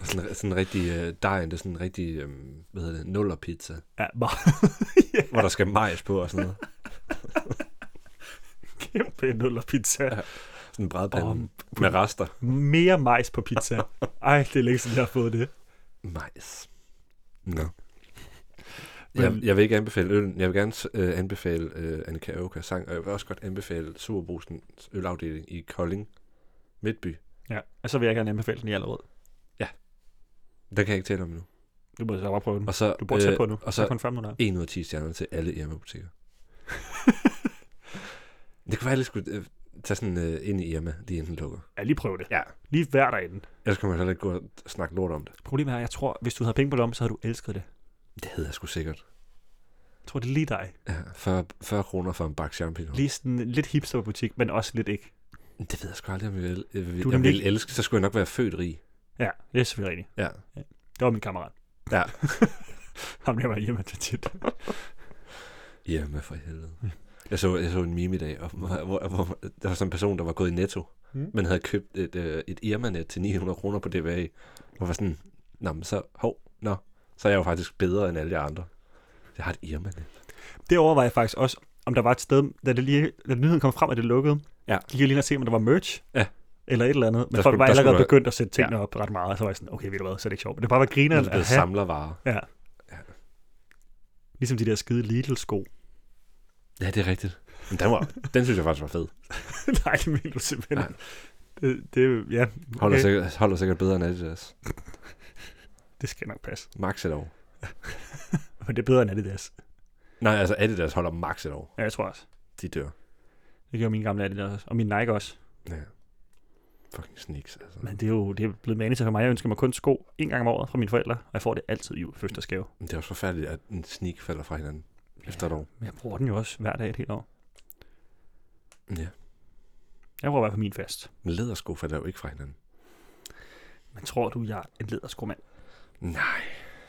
Speaker 2: Og Sådan, sådan en rigtig uh, dejen, det er sådan en rigtig, um, hvad hedder det, nullerpizza,
Speaker 1: Ja, bare
Speaker 2: hvor der skal majs på og sådan noget.
Speaker 1: kæmpe nul og pizza. Ja.
Speaker 2: Sådan en brædpande
Speaker 1: Og
Speaker 2: med rester.
Speaker 1: mere majs på pizza. Ej, det er længe siden, jeg har fået det.
Speaker 2: Majs. Nå.
Speaker 1: Men-
Speaker 2: Jeg, jeg vil ikke anbefale øl. Jeg vil gerne øh, anbefale øh, Annika Aukas sang, og jeg vil også godt anbefale Superbrusens ølafdeling i Kolding, Midtby.
Speaker 1: Ja, og så vil jeg gerne anbefale den i allerede.
Speaker 2: Der kan jeg ikke tale om nu.
Speaker 1: Du må så bare prøve den.
Speaker 2: Og så,
Speaker 1: Mm. Du bor tæt på nu.
Speaker 2: Og
Speaker 1: så
Speaker 2: så
Speaker 1: kun 5 minutter.
Speaker 2: 1 ud af 10 stjerner til alle Irma-butikker. det kunne være, at jeg lige skulle øh, Tag sådan øh, ind i Irma, lige inden den lukker.
Speaker 1: Ja, lige prøv det.
Speaker 2: Ja.
Speaker 1: Lige hver derinde.
Speaker 2: Ellers kan man heller ikke gå og snakke lort om det.
Speaker 1: Problemet er, jeg tror, hvis du havde penge på lommen, så havde du elsket det.
Speaker 2: Det hedder jeg sgu sikkert.
Speaker 1: Jeg tror, det er lige dig.
Speaker 2: Ja, 40, 40 kroner for en bakke champignon.
Speaker 1: Lige sådan en lidt hipsterbutik, men også lidt ikke.
Speaker 2: Det ved jeg sgu aldrig, om jeg vil, øh, jeg vil,
Speaker 1: Du er
Speaker 2: jeg
Speaker 1: nemlig
Speaker 2: vil
Speaker 1: ikke-
Speaker 2: elske. Så skulle jeg nok være født rig.
Speaker 1: Ja, det er selvfølgelig rigtigt.
Speaker 2: Ja.
Speaker 1: Det var min kammerat.
Speaker 2: Ja.
Speaker 1: Ham der var hjemme til tit.
Speaker 2: Irma for helvede. Jeg så, jeg så en meme i dag, og hvor, hvor, hvor, der var sådan en person, der var gået i Netto,
Speaker 1: Mm.
Speaker 2: men havde købt et, øh, et Irma-net til 900 kroner på DBA, og var sådan, nå, men så, hov, nå, så er jeg jo faktisk bedre end alle de andre. Jeg har et Irma-net.
Speaker 1: Det overvejede jeg faktisk også, om der var et sted, da, det lige, da nyheden kom frem, at det lukkede.
Speaker 2: Ja.
Speaker 1: Gik jeg lige ind og se, om der var merch.
Speaker 2: Ja.
Speaker 1: Eller et eller andet. Men
Speaker 2: Der
Speaker 1: der
Speaker 2: skulle-
Speaker 1: folk var
Speaker 2: der
Speaker 1: allerede
Speaker 2: skulle-
Speaker 1: begyndt at sætte tingene ja. op ret meget. og Så var jeg sådan, okay, ved du hvad, så er det ikke sjovt. Men det bare var
Speaker 2: Nu er
Speaker 1: grineren
Speaker 2: det
Speaker 1: at
Speaker 2: blevet
Speaker 1: have.
Speaker 2: samlervarer.
Speaker 1: Ja.
Speaker 2: Ja.
Speaker 1: Ligesom de der skide Lidl-sko.
Speaker 2: Ja, det er rigtigt. Men den, var, den synes jeg faktisk var fed.
Speaker 1: Nej, det mener du simpelthen.
Speaker 2: Nej.
Speaker 1: Nej. Det, det, ja,
Speaker 2: Holder,
Speaker 1: okay.
Speaker 2: okay. sikkert, holder sikkert bedre end Adidas.
Speaker 1: det skal nok passe.
Speaker 2: Max et år.
Speaker 1: Men det er bedre end Adidas.
Speaker 2: Nej, altså Adidas holder max et år.
Speaker 1: Ja, jeg tror også.
Speaker 2: De dør.
Speaker 1: Det gjorde min gamle Adidas også. Og min Nike også.
Speaker 2: Ja. Fucking sneaks, altså.
Speaker 1: Men det er jo det er blevet manet for mig. Jeg ønsker mig kun sko en gang om året fra mine forældre, og jeg får det altid i fødselsdagsgave.
Speaker 2: Men det er også forfærdeligt, at en sneak falder fra hinanden efter et år.
Speaker 1: Men jeg bruger den jo også hver dag et helt år.
Speaker 2: Ja.
Speaker 1: Jeg bruger i hvert fald min fast.
Speaker 2: Men lædersko falder jo ikke fra hinanden.
Speaker 1: Men tror du, jeg er en lederskrumand?
Speaker 2: Nej,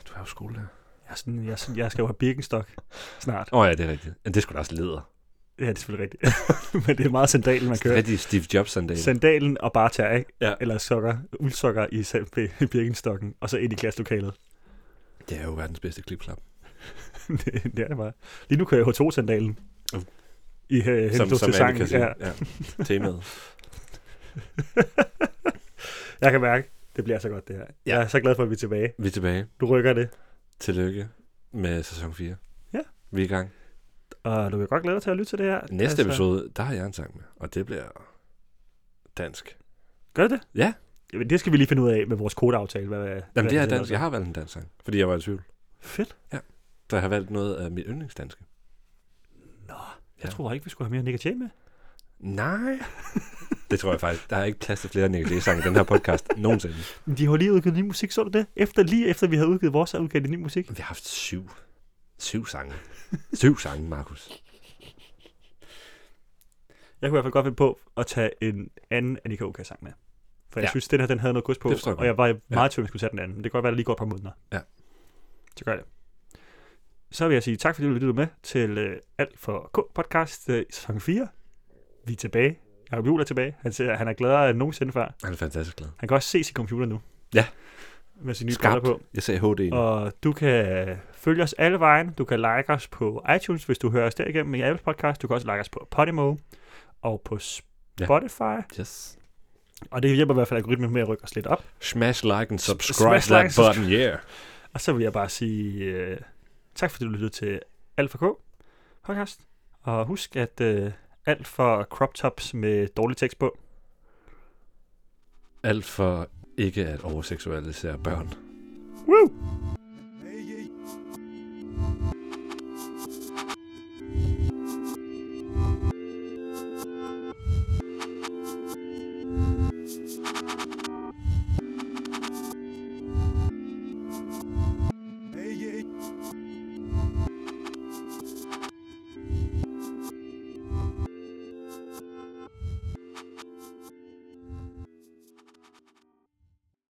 Speaker 2: du er jo skolelærer.
Speaker 1: Jeg, er sådan, jeg, er sådan- jeg skal jo have Birkenstock snart.
Speaker 2: Åh oh, ja, det er rigtigt. Men det skulle da også læder.
Speaker 1: Ja, det er selvfølgelig rigtigt. Men det er meget sandalen, man kører.
Speaker 2: Rigtig Steve Jobs sandal.
Speaker 1: Sandalen og bare tær, ikke?
Speaker 2: Ja.
Speaker 1: Eller sokker, uldsokker i sa- i Birkenstocken, og så ind i klasselokalet.
Speaker 2: Det er jo verdens bedste klipklap.
Speaker 1: det, det er det bare. Lige nu kører jeg H2-sandalen.
Speaker 2: Uh.
Speaker 1: I uh, henstod til
Speaker 2: alle
Speaker 1: sangen. Ja,
Speaker 2: ja. Temaet.
Speaker 1: jeg kan mærke, det bliver så godt det her.
Speaker 2: Ja.
Speaker 1: Jeg er så glad for, at vi er tilbage.
Speaker 2: Vi er tilbage.
Speaker 1: Du rykker det.
Speaker 2: Tillykke med sæson 4.
Speaker 1: Ja.
Speaker 2: Vi er i gang.
Speaker 1: Og du kan godt glæde dig til at lytte til det her. Altså,
Speaker 2: Næste episode, der har jeg en sang med, og det bliver dansk.
Speaker 1: Gør det det?
Speaker 2: Ja.
Speaker 1: Jamen, det skal vi lige finde ud af med vores kodeaftale. Hvad, Jamen,
Speaker 2: Jamen, det er altså- dansk. Jeg har valgt en dansk sang, fordi jeg var i tvivl.
Speaker 1: Fedt.
Speaker 2: Så jeg har valgt noget af mit yndlingsdanske.
Speaker 1: Jeg
Speaker 2: Ja.
Speaker 1: troede ikke, vi skulle have mere Nick Jay med.
Speaker 2: Nej. det tror jeg faktisk. Der er ikke plads til flere Nick Jay-sange i den her podcast nogensinde.
Speaker 1: Men de har jo lige udgivet ny musik, så du det? Efter, lige efter vi havde udgivet vores, så udgav de ny musik.
Speaker 2: Vi har haft syv. Syv sange. Syv sange, Markus.
Speaker 1: Jeg kunne i hvert fald godt finde på at tage en anden Annika Oka sang med. For jeg
Speaker 2: Ja.
Speaker 1: ja. synes, den her den havde noget gods på,
Speaker 2: Det forstår jeg
Speaker 1: og jeg var meget ja. tvivl, at jeg skulle tage den anden. Men det kan godt være, at lige går et par måneder.
Speaker 2: Ja.
Speaker 1: Så gør jeg det. Så vil jeg sige tak, fordi du lyttede med til øh, Alt for K podcast øh, i sæson 4. Vi er tilbage. Jacob Juhl er tilbage. Han, ser, han er gladere end nogensinde før.
Speaker 2: Han er fantastisk glad.
Speaker 1: Han kan også se sin computer nu.
Speaker 2: Ja.
Speaker 1: Med sine nye briller
Speaker 2: Skarpt.
Speaker 1: på.
Speaker 2: Jeg sagde HD nu.
Speaker 1: Og du kan følge os alle vejen. Du kan like os på iTunes, hvis du hører os derigennem i Apples podcast. Du kan også like os på Podimo og på
Speaker 2: Ja.
Speaker 1: Spotify. Ja.
Speaker 2: Yes.
Speaker 1: Og det hjælper i hvert fald algoritmen med at rykke os lidt op.
Speaker 2: Smash like and subscribe
Speaker 1: Smash
Speaker 2: Smash that
Speaker 1: like and
Speaker 2: button, yeah.
Speaker 1: Og så vil jeg bare sige øh, tak, fordi du lyttede til Alt for K podcast. Og husk, at øh, alt for crop tops med dårlig tekst på.
Speaker 2: Alt for ikke at overseksualisere børn.
Speaker 1: Woo!